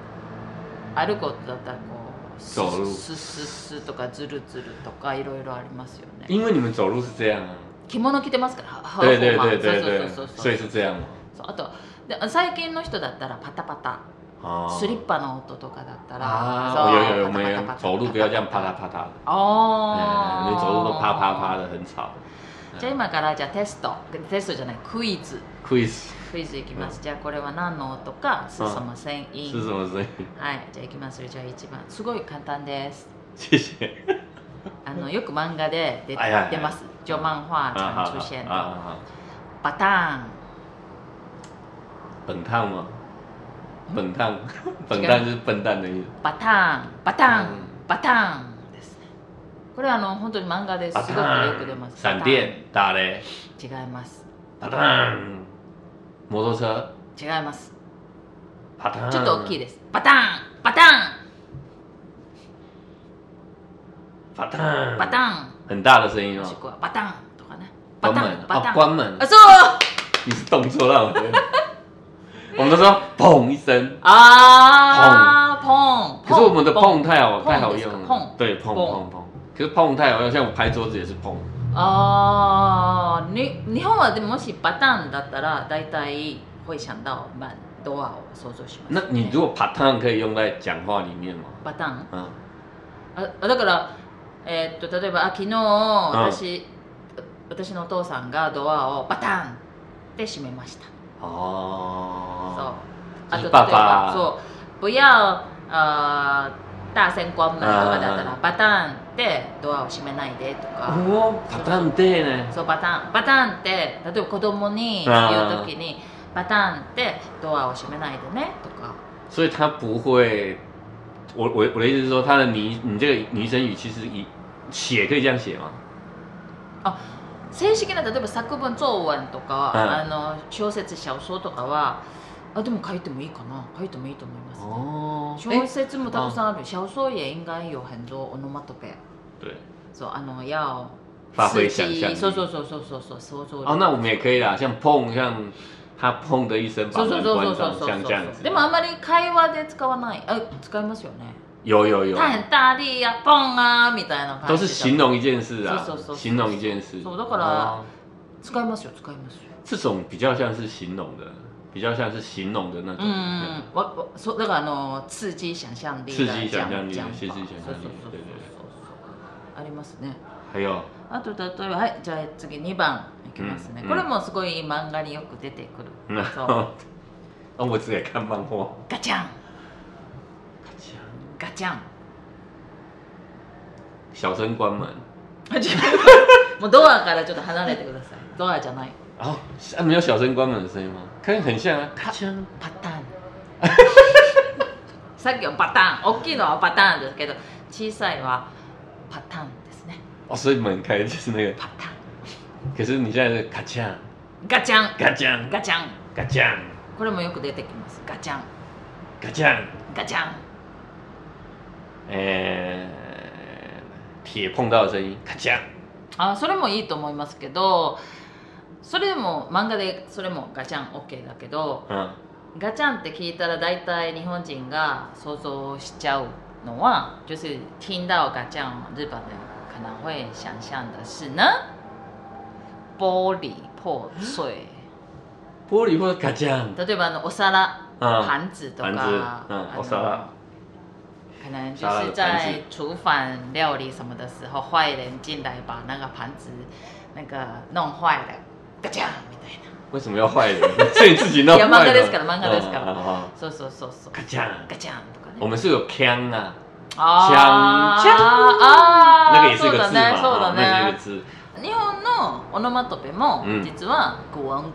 S1: 歩く音だったらこう、ス
S2: 走路
S1: スススとかズルズルとかいろいろありますよね。
S2: 因为你们走路是这样啊，
S1: 着物着てますから、ハ
S2: 对对
S1: そうそう
S2: 对对对
S1: そうそう，そう
S2: 所以是这样嘛，
S1: そうあとで最近の人だったらパタパタ
S2: 哦
S1: スリッパの音とかだったら
S2: 啊，
S1: そう
S2: 有有有，我
S1: パタパタ
S2: 们
S1: パタ
S2: 走路不要这样啪嗒啪嗒的，
S1: あ
S2: 哎
S1: ー
S2: 你走路都啪啪啪的，很吵。哎
S1: じゃあ今からじゃあテストテストじゃないクイズ
S2: quiz
S1: クイズいきます、じゃあこれは何の音かすそませんいい
S2: 是什么声音？ [laughs]
S1: はいじゃあいきますよじゃあ一番すごい簡単です
S2: 谢谢。
S1: あのよく漫画で出,、
S2: はいはいはい
S1: 出ますジョ漫画
S2: 啊好
S1: 常
S2: 好
S1: 出现的、
S2: 啊好好
S1: パターン
S2: 本烫吗？本 [laughs] 烫，
S1: 这
S2: 本
S1: 个
S2: 烫就是笨蛋的意思。
S1: バターンバターン、
S2: うん
S1: バターンですねこれはあの本当に漫画ですごくよく出ます
S2: 啊闪电打雷，
S1: 違います
S2: 啪嗒，摩托车，
S1: 違います
S2: 啪嗒，
S1: ちょっと大きいですバターンバター
S2: 啪嗒，
S1: ンバター
S2: 很大的声音
S1: ンも
S2: 哦
S1: し。くはバターンとかねバタ
S2: 关
S1: ン
S2: 门
S1: バタ
S2: 啊，
S1: ン
S2: 关门
S1: あ。そう
S2: 你是动作让我觉得， [laughs] 我们都说砰一声，
S1: あーポン
S2: 可是我们的碰太好
S1: 碰
S2: 太好
S1: ですか
S2: 用了
S1: 碰，
S2: 对，碰
S1: 碰
S2: 碰碰。可是碰太好用，像我拍桌子也是碰。
S1: あーに日本はでももしバターンだったら大体ホイシャンダオバンドアを想像します
S2: 那你如果啪嗒可以用在讲话里面吗？
S1: バターン
S2: 嗯，
S1: ああだから、えーっと例えばあ昨日私、私のお父さんがドアをバタンって閉めました、そう
S2: 哦，
S1: あと例
S2: そ
S1: え
S2: うパパ
S1: ばそう不要あー大声关門とかだったら
S2: あー
S1: バタンってドアを閉めないでとか、
S2: 哦，啪嗒对呢，
S1: そうバタンバタンって例えば子供に言う時にバタンってドアを閉めないでねとか
S2: 所以他不会，我我我的意思是说，他的拟你这个拟声语其实以写可以这样写吗？
S1: 正式な例えば作文長文とか、
S2: うん
S1: あの小説小说とかはあでも書いてもいいかな書いてもいいと思います、
S2: 哦，
S1: 小説もたくさんある、小说也应该有很多オノマトペ
S2: 对，
S1: そうあの要
S2: 发挥想象力
S1: そうそうそうそうそうそう想像力
S2: 哦，那我们也可以啦，像砰，像他砰的一声把
S1: そうそうそう
S2: 门
S1: そうそう
S2: 关上，
S1: そう
S2: 像这样子
S1: で。もあんまり会話で使わないあ使いますよね
S2: 有有
S1: 「
S2: 有，
S1: 大変大力やポンあ」みたいな感じ
S2: 都是形容一件事啊
S1: そうそうそう，
S2: 形容一件
S1: 啊
S2: 事。
S1: そうだから
S2: 哦
S1: 使いますよ使いますよ
S2: 这种比较像是形容的，比较像是形容的那种。
S1: 嗯，我我说那个呢，刺激想象力的
S2: 刺
S1: 讲，
S2: 激想象力
S1: 讲法
S2: 刺激想象力
S1: そうそうそうそう
S2: 对对
S1: ありますね。
S2: 还有
S1: あと例えばはいじゃあ次二番いきますね、
S2: うん
S1: これもすごい漫画によく出てくる。
S2: 嗯，
S1: そう
S2: [laughs] 啊，我只也看漫画。
S1: ガチャンガチャン。
S2: 小声关门。
S1: [laughs] もうドアからちょっと離れてください。ドアじゃない。
S2: 哦，啊，没有小声关门的声音吗？看很像啊。
S1: カパターンさっきはパターン大きいのはパターンですけど小さいはパターンですね
S2: 哦，所以门开就是那个。
S1: パター
S2: 可是你现在是咔嚓
S1: ンガチャン
S2: 嘎将
S1: ガチャン
S2: 嘎将
S1: これもよく出てきますガチャン
S2: 嘎将，
S1: ガチャン
S2: 呃，铁碰到的声音，咔嚓。
S1: あそれもいいと思いますけどそれも漫画でそれもガチャン OK だけど
S2: 嗯，
S1: ガチャンって聞いたら大体日本人が想像しちゃうのは就是听到ガチャン日本人可能会想象的是呢玻璃破碎
S2: 玻璃或者嘎将。
S1: 例えばあのお皿、
S2: 嗯，
S1: 盘子とか、
S2: 盘子嗯
S1: あ
S2: お皿
S1: 可能就是
S2: 沙拉的盘
S1: 在厨房料理什么的时候，坏人进来把那个盘子那个弄坏了，ガチャンみたいな。
S2: 为什么要坏人？ [laughs] 所以自己弄
S1: い
S2: 坏
S1: や
S2: 了。
S1: 漫画ですから漫画ですから
S2: 嗯。好
S1: そうそうそうそう。
S2: 嘎将，
S1: ガチャンとか
S2: 我
S1: ね。
S2: 们是有腔啊，
S1: あ
S2: チャンチャン
S1: あ
S2: 那个也是
S1: そ
S2: 一
S1: う
S2: 个
S1: だ
S2: 字嘛，
S1: ね、そう
S2: 啊
S1: だ
S2: 那是一个
S1: ね。
S2: 字。
S1: 日本のオノマトペも、
S2: うん
S1: 実は古音、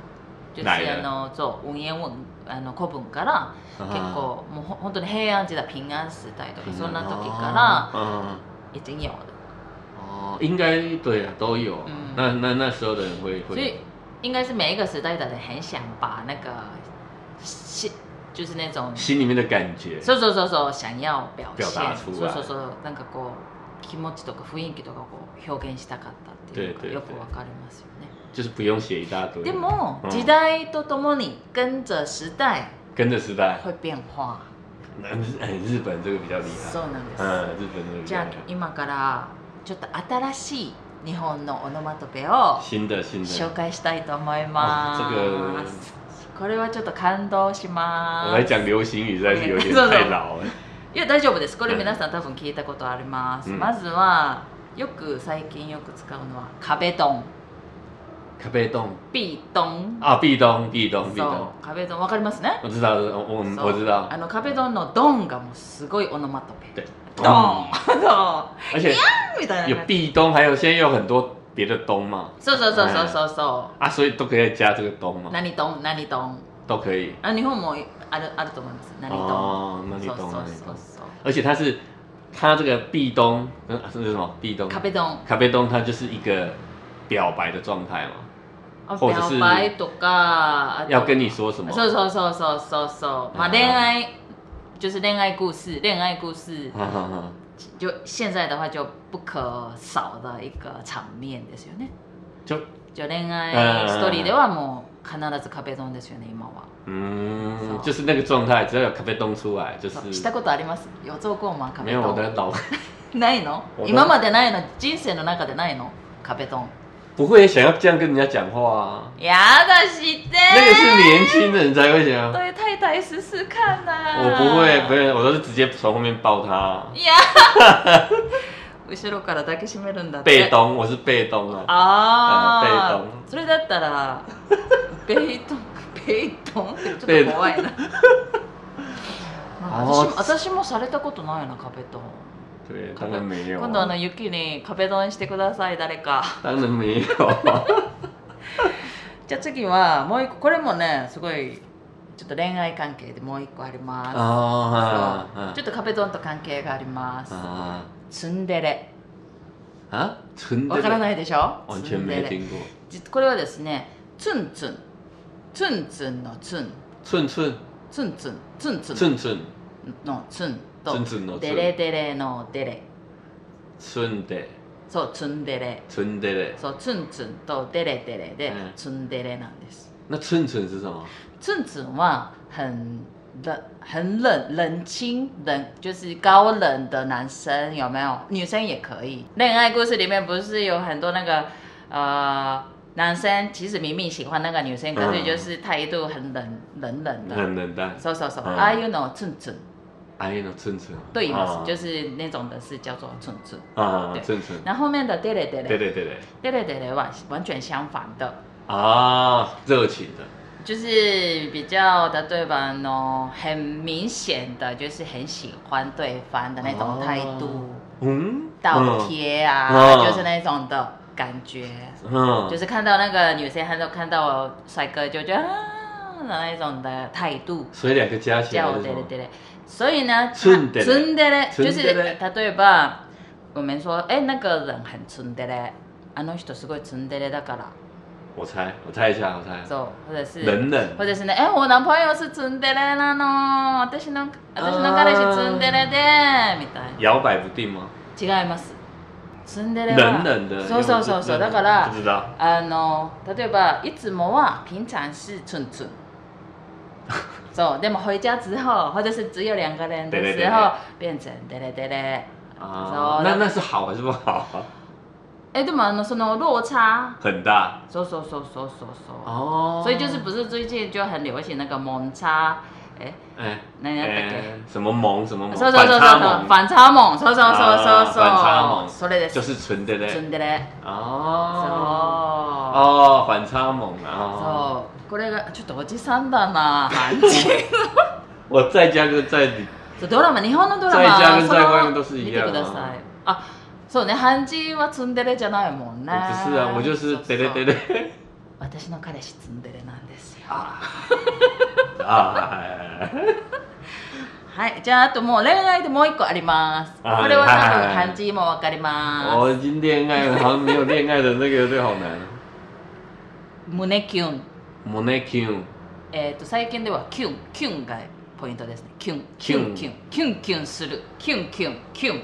S1: 就是
S2: 来
S1: あ
S2: 源
S1: のそう文言文あの古文から
S2: 結
S1: 結構もうほ本当に平安時代、平安時代とかそんな時から。
S2: 嗯。
S1: 已经有了，
S2: 哦，应该对啊，都有啊。
S1: 嗯
S2: 那那那时候的人会会，
S1: 所以应该是每一个时代的人很想把那个心，就是那种，
S2: 心里面的感觉，
S1: そうそうそうそう想要表
S2: 表
S1: 现，
S2: 达出
S1: そ
S2: 来
S1: うそうそうなんかこう気持ちとか雰囲気とかをこう表現したかったっていうのが
S2: 对对
S1: よくわかりますよね。
S2: 就是不用写一大堆，
S1: でも
S2: うん
S1: 時代とともに跟着時代
S2: 跟着时代，
S1: 会变化。
S2: 那日哎日本这个比较厉害，
S1: そうなんです。
S2: 嗯，日本这个
S1: じ
S2: 比较
S1: ゃ
S2: 厉
S1: あ今からちょっと新しい日本のオノマトペを
S2: 害，新的新
S1: 紹
S2: 的，
S1: 介したいと思いま
S2: 哦
S1: す。
S2: 这个
S1: これはちょっと感動します。
S2: 我来讲流行语实在是有点
S1: そうそう
S2: 太老了，
S1: いや大丈夫です。これ皆さん多分聞いたことあります。
S2: うん
S1: まずはよく最近よく使うのは壁ドン、
S2: 咖啡冻
S1: 壁ドン。
S2: 啊，壁咚壁
S1: そ
S2: 咚壁咚，
S1: う、壁ドンわかりますね。
S2: 我知道，我我
S1: そう
S2: 我知道
S1: あ，の壁ドンのドンがもうすごいオノマトペ。
S2: 对，
S1: ドン、 [laughs] ド
S2: 嗯而且
S1: ンみたいな感じ。
S2: 有壁咚，还有现在有很多别的咚嘛，
S1: そうそうそうそうそうそ
S2: 啊，所以都可以加这个咚
S1: う。
S2: 嘛，
S1: 何ドン、何ドン。
S2: 都可以，
S1: あ日本もあるあると思います。何ドン。
S2: 哦，那你
S1: そう
S2: 懂
S1: そ
S2: 那
S1: う
S2: 你
S1: そ
S2: 懂
S1: う。そう。
S2: 而且它是它这个壁咚，嗯，啊是什么壁咚？
S1: 壁ドン。
S2: 咖啡咚，它就是一个表白的状态嘛，
S1: あ
S2: 或者是
S1: 表白とかあと
S2: 要跟你说什么？
S1: そうそうそうそうそうそうまあ
S2: 嗯
S1: 恋爱就是恋爱故事恋爱故事
S2: 哈哈哈
S1: 就现在的话就不可少的一个场面ですよね
S2: 就
S1: 就恋
S2: 嗯
S1: 愛
S2: 嗯
S1: ストーリーではもう必ず壁ドンですよね今は
S2: 嗯，
S1: So-
S2: 就是那个状态，只要有咖啡咚出来，就
S1: そうし
S2: 是
S1: たことあります予兆コーマ壁
S2: 没有
S1: ド
S2: 我的
S1: ン
S2: 老 [laughs]
S1: ないの
S2: 我的
S1: 今までないの人生の中でないの壁ドン
S2: 不会想要这样跟人家讲话啊，
S1: やだ知って
S2: 那个是年轻人才会想，
S1: 对太太试试看呐、
S2: 我不会，不会，我都是直接从后面抱他，
S1: いや後ろから抱きしめるんだって
S2: 被咚，我是被咚啊，
S1: ああ
S2: うん、ペイトン
S1: それだった
S2: [laughs]
S1: らペイトンペイトンってちょ
S2: ペ
S1: っ
S2: イ
S1: と
S2: トン
S1: 怖いな
S2: [laughs] あ
S1: あ
S2: ー
S1: 私も私もされたことないな壁ドン
S2: 对，当然没有啊，
S1: 今度あの雪に壁ドンしてください誰か
S2: 当然没有 [laughs] 啊，
S1: じゃあ次はもう一個これもねすごいちょっと恋爱関係でもう一個ありま
S2: 啊
S1: すそう
S2: 啊
S1: ちょっと壁ドンと関係があります
S2: 啊
S1: ツンデレ
S2: 啊，纯
S1: わから
S2: 的
S1: ないでしょ
S2: 完全
S1: ツン
S2: 没
S1: デレ
S2: 听过，
S1: じこれはですねツンツンツンツンのツン
S2: 寸寸
S1: ツンツンツンツン
S2: 寸寸
S1: のツンと
S2: 寸寸の
S1: デレデレのデレ
S2: 寸的。
S1: そうツンデレ
S2: 寸的嘞，
S1: そうツンツンとデレデレで
S2: うん
S1: ツンデレなんです
S2: 那寸寸是什么？
S1: ツンツンは很冷很冷冷清冷就是高冷的男生有没有？女生也可以。恋爱故事里面不是有很多那个呃男生其实明明喜欢那个女生，可是就是态度很冷冷冷的，
S2: 很嗯冷淡。
S1: so so so，
S2: 嗯
S1: 啊 you know 寸寸，
S2: 哎呀，寸寸，
S1: 对
S2: 啊，
S1: 就是那种的是叫做寸寸。
S2: 啊，
S1: 对
S2: 寸寸，
S1: 然后后面的 d e l e d e l
S2: 对对对对，
S1: d e l e d e l 完完全相反的，
S2: 啊，热情的，
S1: 就是比较的对方哦，很明显的就是很喜欢对方的那种态度，
S2: 嗯，
S1: 倒贴啊，
S2: 嗯
S1: 就是那种的感觉，
S2: 嗯，
S1: 就是是看到那个女生，看到看到帅哥就觉得啊的那一种的态度，
S2: 所以两个加起来
S1: 叫对
S2: 是什
S1: 对
S2: 么？
S1: 对对，所以呢，
S2: 寸的嘞
S1: 纯的嘞，
S2: 寸
S1: 就
S2: 的嘞
S1: 是他对吧？我们说，哎，那个人很纯的嘞，あの人すごい純的嘞，だから。
S2: 我猜，我猜一下，我猜，
S1: そう或者是
S2: 冷冷
S1: 或者是呢，哎、我男朋友是ツンデレなの、私の私の彼氏ツンデレでみたい
S2: 摇摆不定吗？
S1: な。違います。ツンデレは
S2: 冷冷的，
S1: そうそうそうそう。
S2: 冷冷的
S1: だから
S2: 不知道，
S1: あの例えばいつもは平常是ツンツン。そうでも回家之后，或者是只有两个人的
S2: 对对
S1: 时
S2: 对
S1: 候
S2: 对，
S1: 变成デレデレ。
S2: 啊，
S1: そう
S2: 那那是好还是不好啊？
S1: 哎、でもあのその落差，
S2: 很大
S1: そうそうそうそうそうそう。
S2: 哦
S1: 所以就是不是最近就很流行那个蒙差，哎、
S2: 哎
S1: 那要得给
S2: 哎。什么萌什么萌，
S1: そうそうそう
S2: 差
S1: そう
S2: 萌，
S1: 反差萌，そうそうそうそうそう、
S2: あー反差萌
S1: それです。
S2: 就是纯的嘞，
S1: んでね。
S2: 哦
S1: そ
S2: 哦，反差萌
S1: う。
S2: 啊！哦
S1: そう。これがちょっとおじさんだな、感じ。
S2: [laughs] 我在家跟在里
S1: そうドラマ日本のドラマ。
S2: 在家跟
S1: その
S2: 在外面都是一
S1: 見て
S2: 样啊
S1: ください。あ、そうね、漢字はツンデレじゃないもんね。
S2: 不是啊，我就是
S1: そうそ
S2: 得
S1: う
S2: 得得 [laughs] 得
S1: 私の彼氏ツンデレなんですよ。
S2: 啊啊！
S1: はい、じゃああともう恋愛でもう一個あります。こ
S2: あー
S1: れは多
S2: はいは
S1: 分
S2: いはい
S1: 漢字もわかりま
S2: 哎我已经恋爱了，好像没有恋爱的那个对，好难。
S1: す。胸キュン。
S2: モネキュン，
S1: えー、と最近ではキュンキュンがポイントですねキュンキ
S2: キ
S1: ュ
S2: ュ
S1: ン
S2: ン
S1: キュンキュンキュンするキュンキュンキュン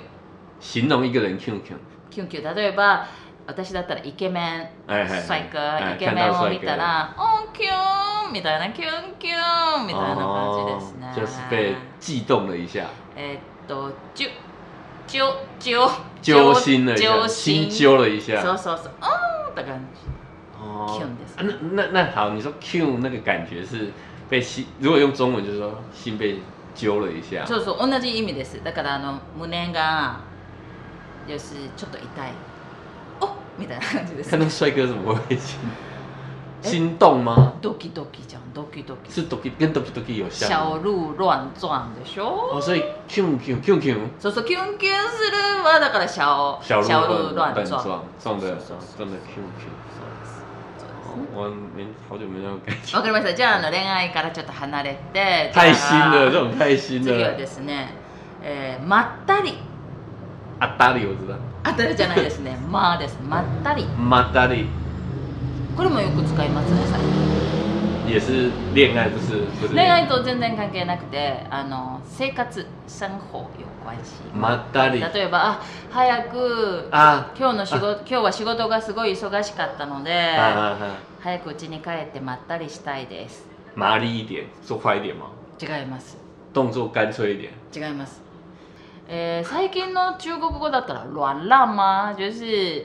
S2: 形容一个人 Q Q，
S1: キュンキュン例えば私だったらイケメン
S2: 哎
S1: 最
S2: 哎
S1: 下イケメンを見たらおーキュンみたいなキュンキュンみたいな感じですね、
S2: 哦就是被悸动了一下，
S1: えー、っとジュジュジュ
S2: 揪心了一
S1: 揪
S2: 下，
S1: 心
S2: 心揪了一下。
S1: そうそうそううんって感じ
S2: 哦
S1: Q です
S2: 啊那那那好，你说 Q 那个感觉是被心，如果用中文就是说心被揪了一下。
S1: そうそう同じ意味ですだからあの胸がよしちょっと痛いおみたいな感じです
S2: 看到帅哥怎么会心心动吗？
S1: ドキドキじゃんドキドキ
S2: 是 doki 跟 doki doki 有像
S1: 小
S2: 吗
S1: 鹿乱撞でしょ
S2: 哦，所以 Q Q Q Q
S1: そうそうキュンキュンするはだから小
S2: 小鹿
S1: 鹿乱
S2: 乱
S1: 撞
S2: 乱撞撞的
S1: そうそうそう
S2: 撞的 Q Q，
S1: そうですそうですね
S2: 我没好久没那种感觉，
S1: わかりましたじゃああの恋愛からちょっと離れて
S2: 太新了，这
S1: じゃあ
S2: 种太新
S1: 次は
S2: 了
S1: で。すね、えーまったり
S2: 阿达啊里我知道，
S1: あたりじゃないですねまあですまったり
S2: 马达里
S1: これもよく使いますね最近
S2: 也是恋爱，不是不是
S1: 恋爱と全然関係なくてあの生活生活有关系
S2: 马达里
S1: 例えばあ早く
S2: 啊
S1: 今日の仕事今日は仕事がすごい忙しかったので
S2: 啊啊啊！
S1: 早く家に帰ってまったりしたいです
S2: 麻利一点，做快一点嘛，
S1: 違います
S2: 动作干脆一点。
S1: 違います、えー最近の中国語だったら「乱乱吗」就是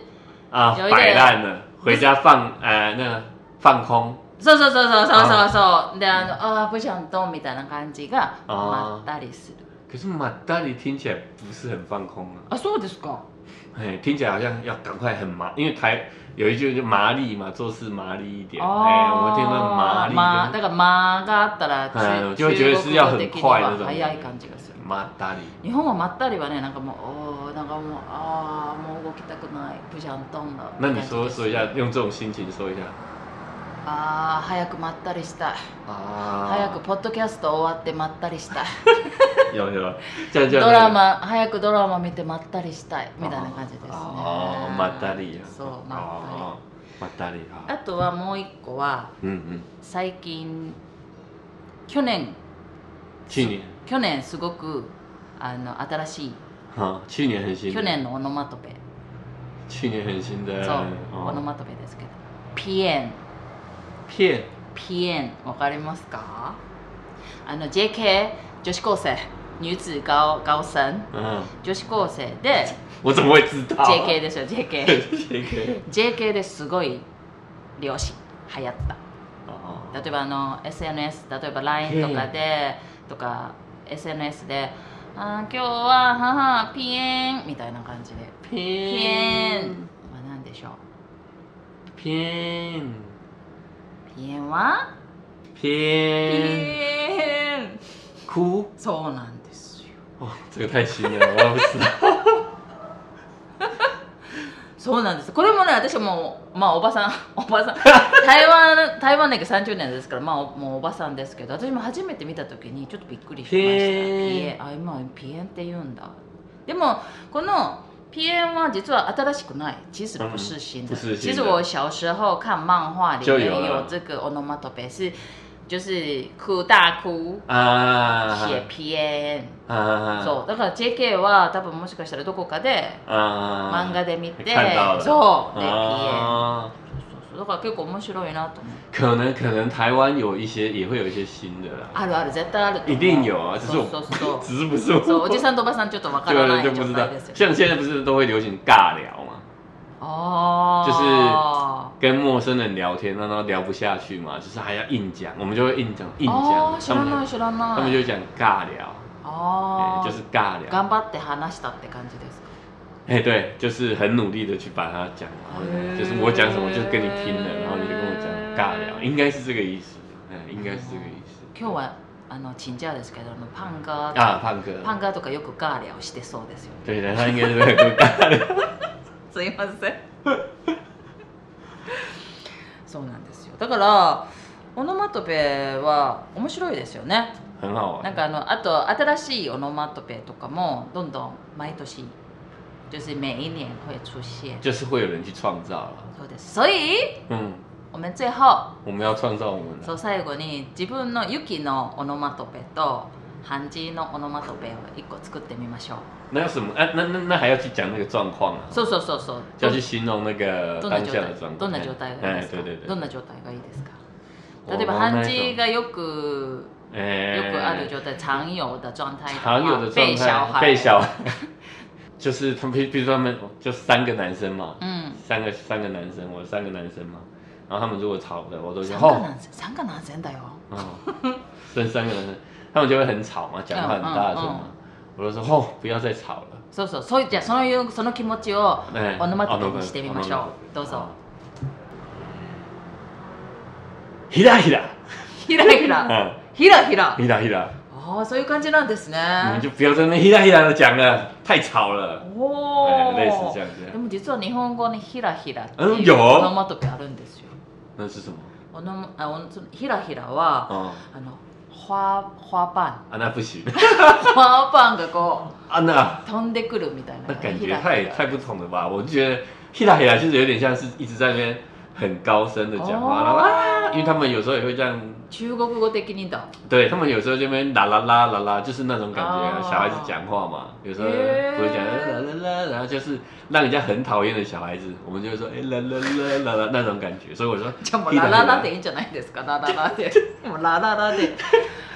S2: 啊
S1: 有一，点
S2: 摆烂了，回家放呃那个放空
S1: そうそうそうそうそうそうそうであのあー不想動みたいな感じが
S2: あー
S1: まったりする
S2: 可是马达里听起来不是很放空啊，
S1: あそうですか
S2: 哎，听起来好像要赶快很麻，因为台有一句就麻利嘛，做事麻利一点。哎，我们听到麻利
S1: まあ
S2: 就
S1: だから間があったら中
S2: は
S1: 中国
S2: い
S1: 語的には
S2: 就会觉得是要很快那种
S1: 早い感じがする。
S2: 马达里，
S1: 日本はまったりはねなんかもうおーなんかもうああもう動きたくない不想動了。
S2: 那你说说一下，用这种心情说一下
S1: ああ早くまったりしたい。
S2: 啊
S1: 早くポッドキャスト終わってまったりしたい。
S2: 有有，这样这
S1: ド
S2: 样
S1: ラマ早くドラマ見てまったりしたいみたいな感じですね。
S2: 哦，马达里啊，
S1: そうま
S2: 哦，马达
S1: った
S2: 里
S1: り。
S2: 啊，
S1: あとはもう一個は
S2: 嗯嗯，
S1: 最近去年
S2: 去年，
S1: 去年すごくあの新しい
S2: 啊，去年很新，
S1: 去年のオノマトペ、
S2: 去年很新的，
S1: そう、
S2: 哦
S1: オノマトペですけどピエン
S2: 片
S1: ピエンわかりますかあの JK 女子高生女子高高生
S2: 嗯，
S1: 女子高生で
S2: 我怎么会知道
S1: [laughs]
S2: [laughs]
S1: JK ですよ JKJK
S2: JK
S1: ですごい流行流行った。
S2: 哦
S1: 例えばあの SNS 例えば LINE とかで、とか SNS で「あー今日は母ピエン」みたいな感じで「ピエン」は何でしょう
S2: 偏
S1: ピエンはピ
S2: 偏
S1: エン
S2: 哭
S1: そうなんですよ
S2: 哦，这个太新了，我不知道。 [laughs]
S1: そうなんですこれもね私もまあおばさん [laughs] おばさん台湾台湾だけ30年ですからまあおもうおばさんですけど私も初めて見た時にちょっとびっくりしました
S2: ピ
S1: ピ
S2: エン
S1: エあ今ピエンって言うんだでもこのピエンは実は新しくない其实不是新的,、
S2: 嗯不是新的
S1: 其实我小时候看漫画里
S2: 就
S1: 面
S2: 有了
S1: 有这个 onomatope 是就是哭大哭
S2: 啊
S1: 写ピエン
S2: 啊
S1: そうだから JK は多分もしかしたらどこかで
S2: 啊
S1: 漫画で見て、
S2: 看到了
S1: そうで、
S2: 啊，
S1: ピエンそうそうだから結構面白いなと思う
S2: 可能可能台湾有一些也会有一些新的啦，
S1: あるある絶対あると思う
S2: 一定有啊，只是
S1: そう
S2: 我
S1: そうそう
S2: 只是不是我，
S1: そうおじさんとおばさんちょっとわか
S2: 对
S1: らない
S2: 就
S1: 状
S2: 不知道
S1: 態です。よ
S2: 像现在不是都会流行尬聊嘛，
S1: あ
S2: 跟陌生人聊天，然后聊不下去嘛，就是还要硬讲，我们就会硬讲硬
S1: あ
S2: 讲
S1: ー，知ら
S2: 他
S1: な
S2: 们
S1: い知らない
S2: 他们就讲尬聊，
S1: あ
S2: 哎
S1: ー
S2: 就是尬聊
S1: 頑，張って話したって感じですか
S2: [laughs] 哎，对，就是很努力的去把它讲完，
S1: 嗯
S2: 就是我讲什么就跟你听了，然后你就跟我讲尬聊，应该是这个意思，嗯，应该是这个意思。
S1: 今日はあのチンジャーですけどあのパンが、
S2: 啊，胖哥，
S1: パンがとかよくガーリャをしてそうですよ
S2: 对的，他应该是会很尬聊。
S1: すいません [laughs] そうなんですよだからオノマトペは面白いですよね
S2: 很好
S1: [laughs] なん
S2: 玩。
S1: かあのあと新しいオノマトペとかもどんどん毎年就是每一年会出现
S2: 就是会有人去创造了，
S1: そうです所以
S2: 嗯，
S1: 我们最后
S2: 我们要创造我们啊
S1: そ
S2: 的
S1: う最後に自分のユキのオノマトペとハンジのオノマトペを一個作ってみましょ
S2: 那要什么？哎、那那那还要去讲那个状况啊
S1: う，そうそうそうそう
S2: 就要去形容那个
S1: どんな
S2: 当
S1: 状
S2: 下的状
S1: 態
S2: 况，
S1: どんな状態がいい
S2: 哎，
S1: です
S2: 对
S1: か
S2: 对对，
S1: どんな状態がいいですか
S2: 我
S1: 例えば
S2: 刚
S1: ハ
S2: 刚
S1: ン
S2: 那一
S1: ジ
S2: 种
S1: がよく
S2: 哎
S1: よくある状態常有的状態とか
S2: 常有的状
S1: 被小
S2: 态啊
S1: 孩
S2: 被小孩， [laughs] 就是他们，比比如说他们就三个男生嘛，
S1: うん
S2: 三个三个男生，我三个男生嘛，然后他们如果吵的，我都说
S1: 参加
S2: 哦，
S1: 何千参加何千だよ
S2: 哦，这三个人，他们就会很吵嘛，讲话很大声嘛。我就说哦，不要再吵了。
S1: そうそうそうじゃあそのいうその気持ちを
S2: 哎
S1: オノマトペにしてみましょうどう
S2: 哦
S1: ぞ。
S2: ひらひら，
S1: ひらひら
S2: 嗯，
S1: ひらひら
S2: ひらひら，
S1: ああそういう感じなんです
S2: 你们
S1: ね
S2: 就不要在那边ひらひら的讲了，太吵了。
S1: お
S2: 哎，类似
S1: お
S2: 这样子
S1: で。も実は日本語にひらひらって
S2: う
S1: いう
S2: んよ
S1: オノマトペあるんですよ
S2: 那是什么？
S1: オノマあオノそのひらひらは
S2: 哦，
S1: あの花花瓣
S2: 啊，那不行， [laughs]
S1: 花瓣がこ
S2: 啊，那
S1: う飛んでくるみたいな
S2: 那感
S1: ひ
S2: 觉
S1: らひら
S2: 太太不同了吧？我就觉得ひらひら就是有点像是一直在那边很高声的讲话，
S1: 哦
S2: 然后啊，因为他们有时候也会这样
S1: 中国語的にだ
S2: 对他们有时候这边啦啦啦啦啦，就是那种感觉啊、
S1: 哦
S2: 小孩子讲话嘛，有时候
S1: 耶
S2: 不会讲啦啦啦啦，然后就是让人家很讨厌的小孩子，我们就会说哎啦啦啦啦啦那种感觉。所以我说，
S1: じゃあもうラララでいいんじゃないですかラララでもうラララで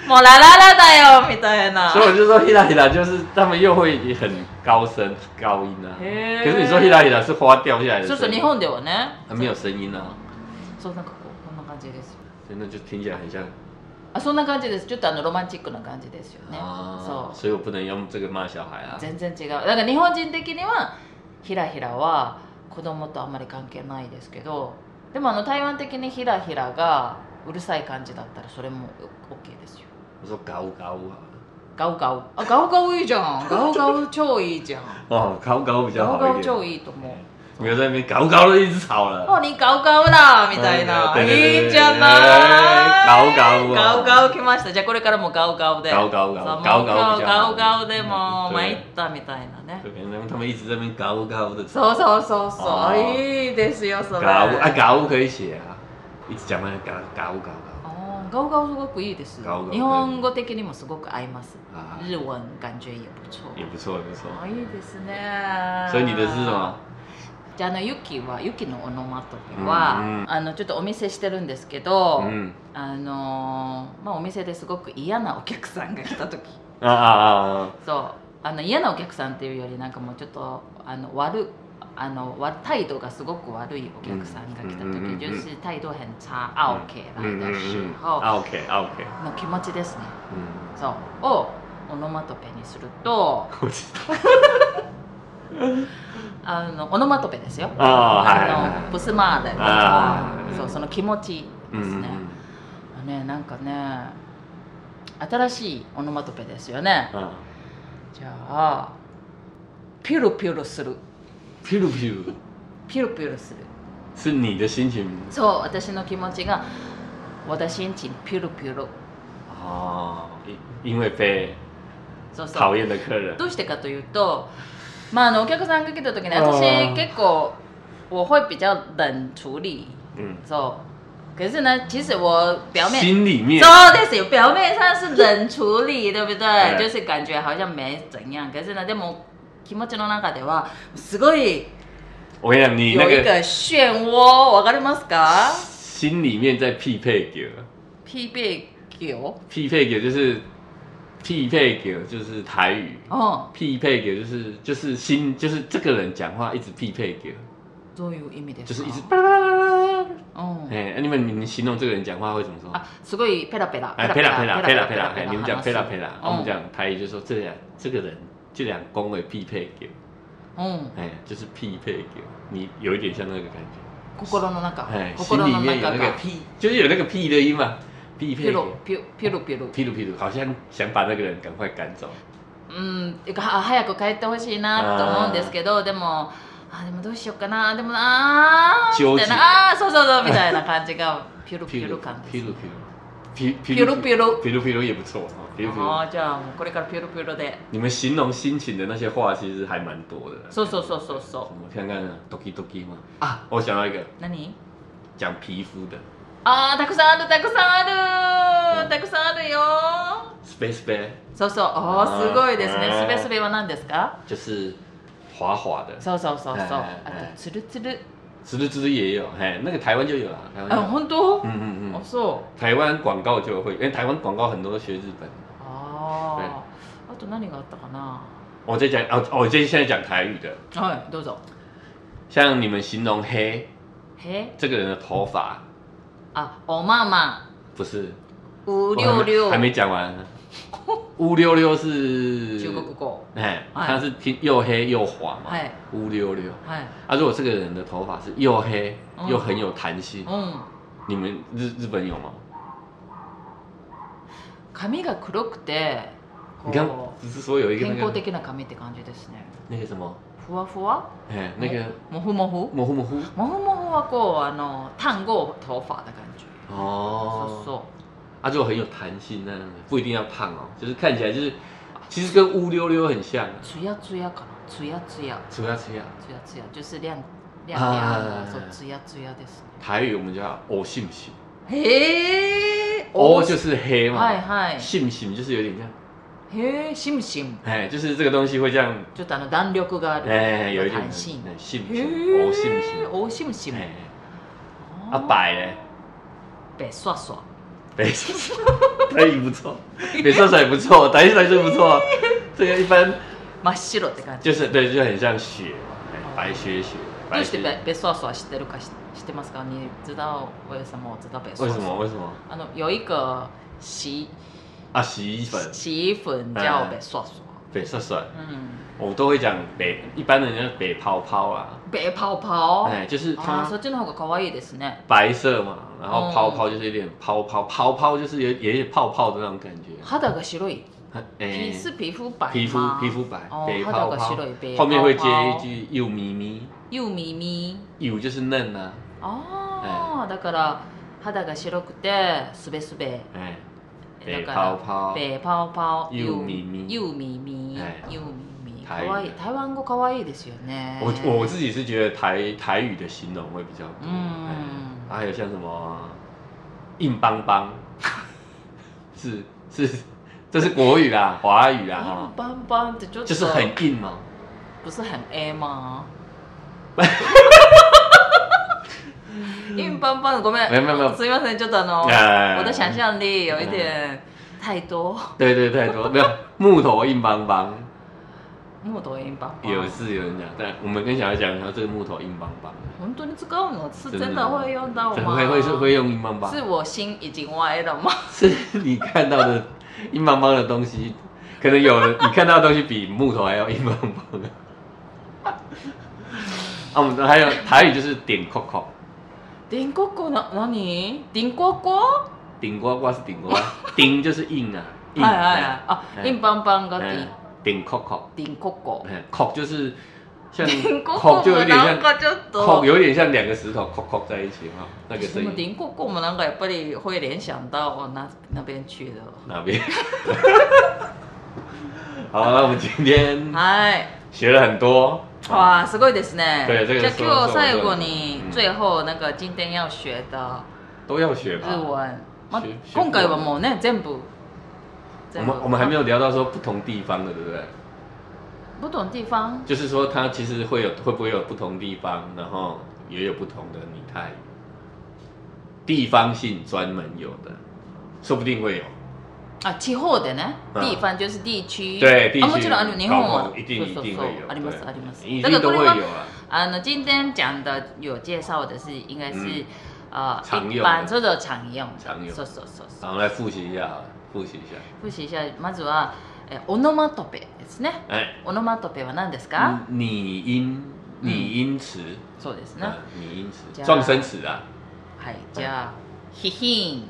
S1: もうラララだよみたいな
S2: 所以我就说 h 啦 l 啦，就是他们又会很高声高音啊。
S1: 耶
S2: 可是你说 h 啦 l 啦是花掉下来的
S1: そうそ
S2: 声
S1: う
S2: 音，
S1: 日本ではね
S2: 它没有声音啊，
S1: そうなんかこうこんな感じですよ
S2: 所以那就听起来很像
S1: あそんな感じですちょっとあのロマンチックな感じですよね
S2: 啊。
S1: そう
S2: 所以我不能用这个骂小孩啊。
S1: 全然違うだから日本人的にはひらひらは子供とあんまり関係ないですけどでもあの台湾的にひらひらがうるさい感じだったらそれも OK ですよ
S2: 我说高高啊，
S1: ガウガウあガウガウいいじゃ
S2: [laughs]
S1: んガウガウ超いいじゃん
S2: 哦，高高比较
S1: ガウガ
S2: 好
S1: ウ
S2: 一点
S1: 超。いいと思う
S2: 没有在那边高高的一直吵了。
S1: もうにガウガウだみたいな、
S2: はいはい
S1: いいじゃない
S2: ガウガウは
S1: ガウガウ来ましたじゃあこれからもガウガウで
S2: ガウガウガウ
S1: そうもう
S2: ガウガ
S1: 今
S2: ウ
S1: 日
S2: じゃ
S1: ガ
S2: ん
S1: ウガウでも
S2: うん
S1: 参ったみたいなね
S2: 对，然后他们一直在那边高高的，
S1: そうそうそうそう
S2: あー
S1: いいですよそれ
S2: 高啊高可以写啊，一直讲那个高高高
S1: あーガウガウすごくいいです
S2: ガウガウ
S1: 日本語的にもすごく合います
S2: 高啊，
S1: 日文感觉也不错
S2: 也不错也不错。
S1: あいいですね
S2: 所以你的是什么？
S1: じゃああのユキはユキのオノマトペは、
S2: うんうん
S1: あのちょっとお見せしてるんですけど、
S2: 嗯
S1: あのーまあ、お店ですごく嫌なお客さんが来た時
S2: 啊啊啊啊！
S1: そうあの嫌なお客さんっていうよりなんかもうちょっとあの悪あのわ態度がすごく悪いお客さんが来た
S2: うんうんうんう
S1: 時
S2: ん
S1: 就是態度很差傲気
S2: 嗯
S1: 来的时候
S2: あ啊 OK OK 嗯
S1: の気持ちですね
S2: うん
S1: そうをオノマトペにすると
S2: 我知道
S1: あのオノマトペですよ
S2: [laughs]
S1: [laughs]
S2: あーはいはい
S1: あのブスマーだ
S2: あー
S1: そうその気持ち
S2: うん
S1: で
S2: う
S1: す
S2: ん
S1: ねねなんかね新しいオノマトペですよね
S2: うんうん
S1: じゃあピュルピュルする
S2: ピュルピュル
S1: ピュルピュルする
S2: 是你的心情
S1: そう私の気持ちが私心情ピュルピュル
S2: 哦，因因为被
S1: そうそ
S2: 讨
S1: う
S2: 厌的客人
S1: どうしてかというとまああのお客さんが来た時に
S2: あー
S1: 私結構我会比较冷处理
S2: 嗯，
S1: そう可是呢其实我表面
S2: 心里面
S1: そうですよ表面上是冷处理对不对
S2: え
S1: 就是感觉好像没怎样可是呢でも気持ちの中ではすごい
S2: 我跟你讲，你那
S1: 有一
S2: 个
S1: 个漩涡わかりますか
S2: 心里面在匹配给，
S1: p b 九
S2: 匹配给就是匹配给就是台语，
S1: うん
S2: 匹配给就是就是心就是这个人讲话一直匹配给，
S1: どういう意味で
S2: 就是是
S1: か
S2: 一直巴拉巴拉巴拉。
S1: うん
S2: 哎，啊你们你们形容这个人讲话会怎么说？
S1: あすごいペラペラ
S2: 哎，佩拉佩拉佩拉佩拉，哎，你们讲
S1: 話す
S2: 佩拉佩拉，啊我
S1: う
S2: 们
S1: ん
S2: 讲台语就说这两这个人这两公为匹配给。
S1: うん
S2: 哎，就是匹配给你有一点像那个感觉，
S1: 心の中
S2: 哎，心
S1: 心
S2: 里
S1: の
S2: 面
S1: 中
S2: 有那个
S1: が
S2: 屁，就是有那个屁的音嘛，匹
S1: ピ
S2: 配
S1: ロ
S2: 给
S1: ピュピロピロ
S2: 屁噜屁噜，好像想把那个人赶快赶走。
S1: うんてかあ早く帰ってほしいなと思うんですけどでもあでもどうしようかなでもあー
S2: 上手
S1: みたいなあーそうそうそうみたいな感じがピュロピュ
S2: 屁噜
S1: ロ感
S2: 屁
S1: です
S2: 噜屁
S1: 屁
S2: 噜，
S1: 噜屁噜
S2: 屁噜屁噜也不错啊，屁噜屁噜。
S1: あーじゃあもうこれからピュロピュロで
S2: 你们形容心情的那些话，其实还蛮多的。
S1: そうそうそうそうそ
S2: 我看看啊，doki doki 吗？啊，我想到一个
S1: う何
S2: 讲皮肤的
S1: あーたくさんあるたくさんあ
S2: う
S1: る
S2: ん
S1: たくさんあるよ
S2: space bear，
S1: そうそうお
S2: あー
S1: ーすごいですね
S2: あー
S1: すべすべは何ですか
S2: 就是滑滑的，
S1: そうそうそうそう
S2: はいはいはい
S1: あとつるつる
S2: 滋滋滋也有，嘿，那个台湾就有啊了，台湾
S1: あ
S2: 有。
S1: 本当
S2: 嗯嗯
S1: あ
S2: 嗯。
S1: そう
S2: 台湾广告就会，因为台湾广告很多都学日本。
S1: あああと何があったかな
S2: 我在讲哦，哦我今天现在讲台语的，
S1: はいどうぞ
S2: 像你们形容黑
S1: へ
S2: 这个人的头发，
S1: あおまま
S2: 不是
S1: うりょ
S2: 我
S1: うりょう
S2: 还没还没讲完，乌溜溜是
S1: 中国語
S2: 哎，
S1: 哎
S2: 他是听又黑又滑嘛
S1: 哎，
S2: 乌溜溜。
S1: はい
S2: 啊，如果这个人的头发是又黑
S1: 嗯
S2: 又很有弹性，
S1: うん
S2: 你们日日本有吗？
S1: 髪が黒くてこ
S2: 你
S1: う
S2: 看，只是说有一个
S1: 健
S2: 那
S1: 康
S2: 个
S1: 哦的な髪って感じですね
S2: 那个什么，
S1: ふわふわ
S2: 哎，那个
S1: もふもふ
S2: 模糊
S1: も
S2: 模糊
S1: ふもふはこうあの単語頭发的感觉そう
S2: 哦，
S1: そう
S2: 啊，就很有弹性那样的，不一定要胖哦，就是看起来就是，其实跟乌溜溜很像啊。
S1: ツヤツヤかなツヤツヤ
S2: 吃不要吃呀，
S1: ツヤツヤ就是亮亮
S2: あ
S1: 亮
S2: ー
S1: そうツヤツヤです
S2: 台语我们叫“哦信不信
S1: ねへえ”，
S2: 哦就是黑嘛，
S1: はいはい
S2: 信不信就是有点像，
S1: へえシムシム
S2: 哎，就是这个东西会这样，
S1: ちょっとあの弾力がある
S2: 哎，有一点
S1: 弹性嗯
S2: 哎信不
S1: へ
S2: 信？
S1: え
S2: 哦信不信？
S1: おしむしむ
S2: 哎，啊白嘞，
S1: べそわそわ
S2: 北说台语哎不错，北说也不错，台语来说不错，这个一般
S1: 真っ白って感じ
S2: 就是对，就很像雪嘛，
S1: 哦
S2: 哎白雪雪，
S1: ど
S2: 白
S1: うして
S2: 雪。
S1: べべそわそわ知ってるかし知ってますか你知道为什么我知道べそ
S2: 为
S1: わ
S2: 什么？
S1: そわ
S2: 为什么？
S1: あの有一个洗
S2: 啊，洗衣粉
S1: 洗衣粉叫べそわそわ
S2: 北说说，
S1: 嗯
S2: 我都会讲北，一般人家北泡泡啊，
S1: べ泡泡
S2: 哎，就是它
S1: あーそっちの方が可愛いですね
S2: 白色嘛，然
S1: 哦
S2: 后泡泡就是有点泡泡，泡泡就是有有点泡泡的那种感觉。
S1: 肌が白い
S2: 很
S1: 皮
S2: 诶
S1: 是皮肤白吗
S2: 皮肤皮肤白
S1: 哦，
S2: 北
S1: 它那
S2: 泡
S1: 个
S2: 泡
S1: 是对，
S2: 后面会
S1: 北
S2: 接
S1: 泡泡
S2: 一句又咪咪，
S1: 又咪咪
S2: 又就是嫩啊，
S1: ああだから肌が白くてすべすべ
S2: 哎，
S1: だ
S2: 北
S1: か
S2: 泡
S1: ら
S2: 泡，
S1: 北泡泡
S2: 幼咪咪
S1: 幼咪咪
S2: 哎
S1: 幼咪咪，可
S2: 台语
S1: 愛い台湾語可愛いですよね。
S2: 我我自己是觉得台台语的形容会比较多，
S1: 嗯
S2: 哎还有像什么硬邦
S1: [laughs]
S2: 邦，是是这是国语啦，华语啦，哈
S1: 硬邦邦ってちょっと
S2: 就是很硬嘛。
S1: 不是很 A [laughs] 吗？硬邦邦ごめん。
S2: 没有没有没有
S1: すみませんちょっとあの
S2: 哎
S1: 哦我的想象力有一点太多。
S2: 对对，太多没有木头硬邦邦，
S1: 木頭硬邦邦。
S2: 有一次有人讲，但我们跟小孩讲，然后这个木头硬邦邦，
S1: 本当に使うの是真的会用到吗？
S2: 会会会用硬邦邦，
S1: 是我心已经歪 [laughs] 了吗？
S2: 是你看到的硬邦邦的东西，可能有你看到的东西比木头还要硬邦邦的。啊，我们还有台语就是顶扣扣，
S1: 顶呱呱那哪里？顶呱呱？
S2: 顶呱呱是顶呱呱，顶就是硬啊，硬，
S1: 哎哎哎啊，
S2: 哎
S1: 硬邦邦个
S2: 哎
S1: 顶
S2: 顶扣扣，
S1: 顶呱呱，
S2: 哎扣就是像
S1: 顶呱呱
S2: 扣就有点
S1: なん
S2: 像
S1: かちょ [laughs] っ
S2: 扣，
S1: と。
S2: 有点像两个石头扣扣在一起哈，那个
S1: 什
S2: 声
S1: 么
S2: 音。
S1: 顶呱呱？我们两个やっぱり会联想到哦那那边去的。
S2: 哪边？ [laughs] 好，那我们今天
S1: はい。
S2: 学了很多。
S1: 哎哇，すごいですね。
S2: 对这个
S1: じゃあ
S2: 是
S1: 今日
S2: 是我
S1: 最後
S2: 是我
S1: に
S2: 嗯
S1: 最後なんか今天要学的
S2: 都要学
S1: 日
S2: 吧。
S1: 文。啊ま
S2: 学学
S1: 今回はもうね全部。
S2: 我
S1: 全部
S2: 们我们还没有聊到说不同地方的，对不对？
S1: 啊不懂地方。
S2: 就是说它其实会有会不会有不同地方，然后也有不同的拟态语，地方性专门有的，说不定会有。
S1: あ地方でね、
S2: うん
S1: 地方就是地区，啊
S2: 对，地哦
S1: あ
S2: 区
S1: もちろんあの日本
S2: 高
S1: は
S2: 峰一定一定会有，
S1: あります
S2: 对
S1: あります。
S2: 一
S1: だからこ
S2: 定都
S1: れ
S2: 会有
S1: は
S2: 啊。
S1: あの今天讲的有介绍的是应该是呃
S2: 嗯常
S1: 一
S2: 用
S1: 般所有常用的，
S2: 常用
S1: そうそうそうそう。
S2: 好，我们来复习一下好了，复习一下。
S1: 复习一下，まずはえオノマトペですね。
S2: 哎，
S1: オノマトペは何ですか？
S2: 拟音拟音词。
S1: そうですね。
S2: 嗯那拟音
S1: 加
S2: 词、撞声词啊，
S1: はい、じゃあヒヒ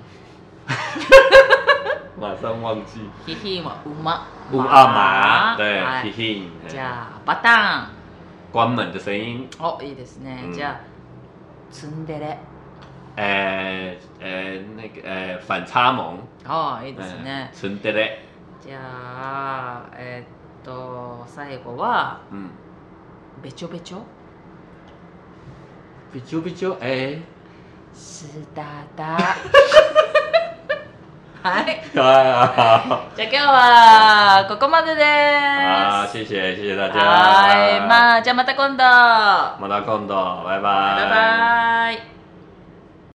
S2: 马上忘记。
S1: ン、ヒヒンは馬、
S2: 乌阿麻，啊对，
S1: は
S2: 嘿
S1: い。
S2: 嘿。嘿
S1: じゃあバタ
S2: 关门的声音，
S1: ーン、おいいですね。
S2: うん
S1: じゃあツンデレ。
S2: 呃呃，那个呃，反差萌，呃
S1: ああいいですね、
S2: 纯的嘞，
S1: じゃあえーっと最後は
S2: 嗯，
S1: べちょべちょ
S2: 比丘比丘，哎，
S1: すだ [laughs] だはい
S2: [laughs] 啊，
S1: じゃあ今日はここまでです
S2: 好，谢谢谢谢大家，
S1: はいまあじゃあまた今度
S2: 马达空的，拜拜，
S1: バイバイ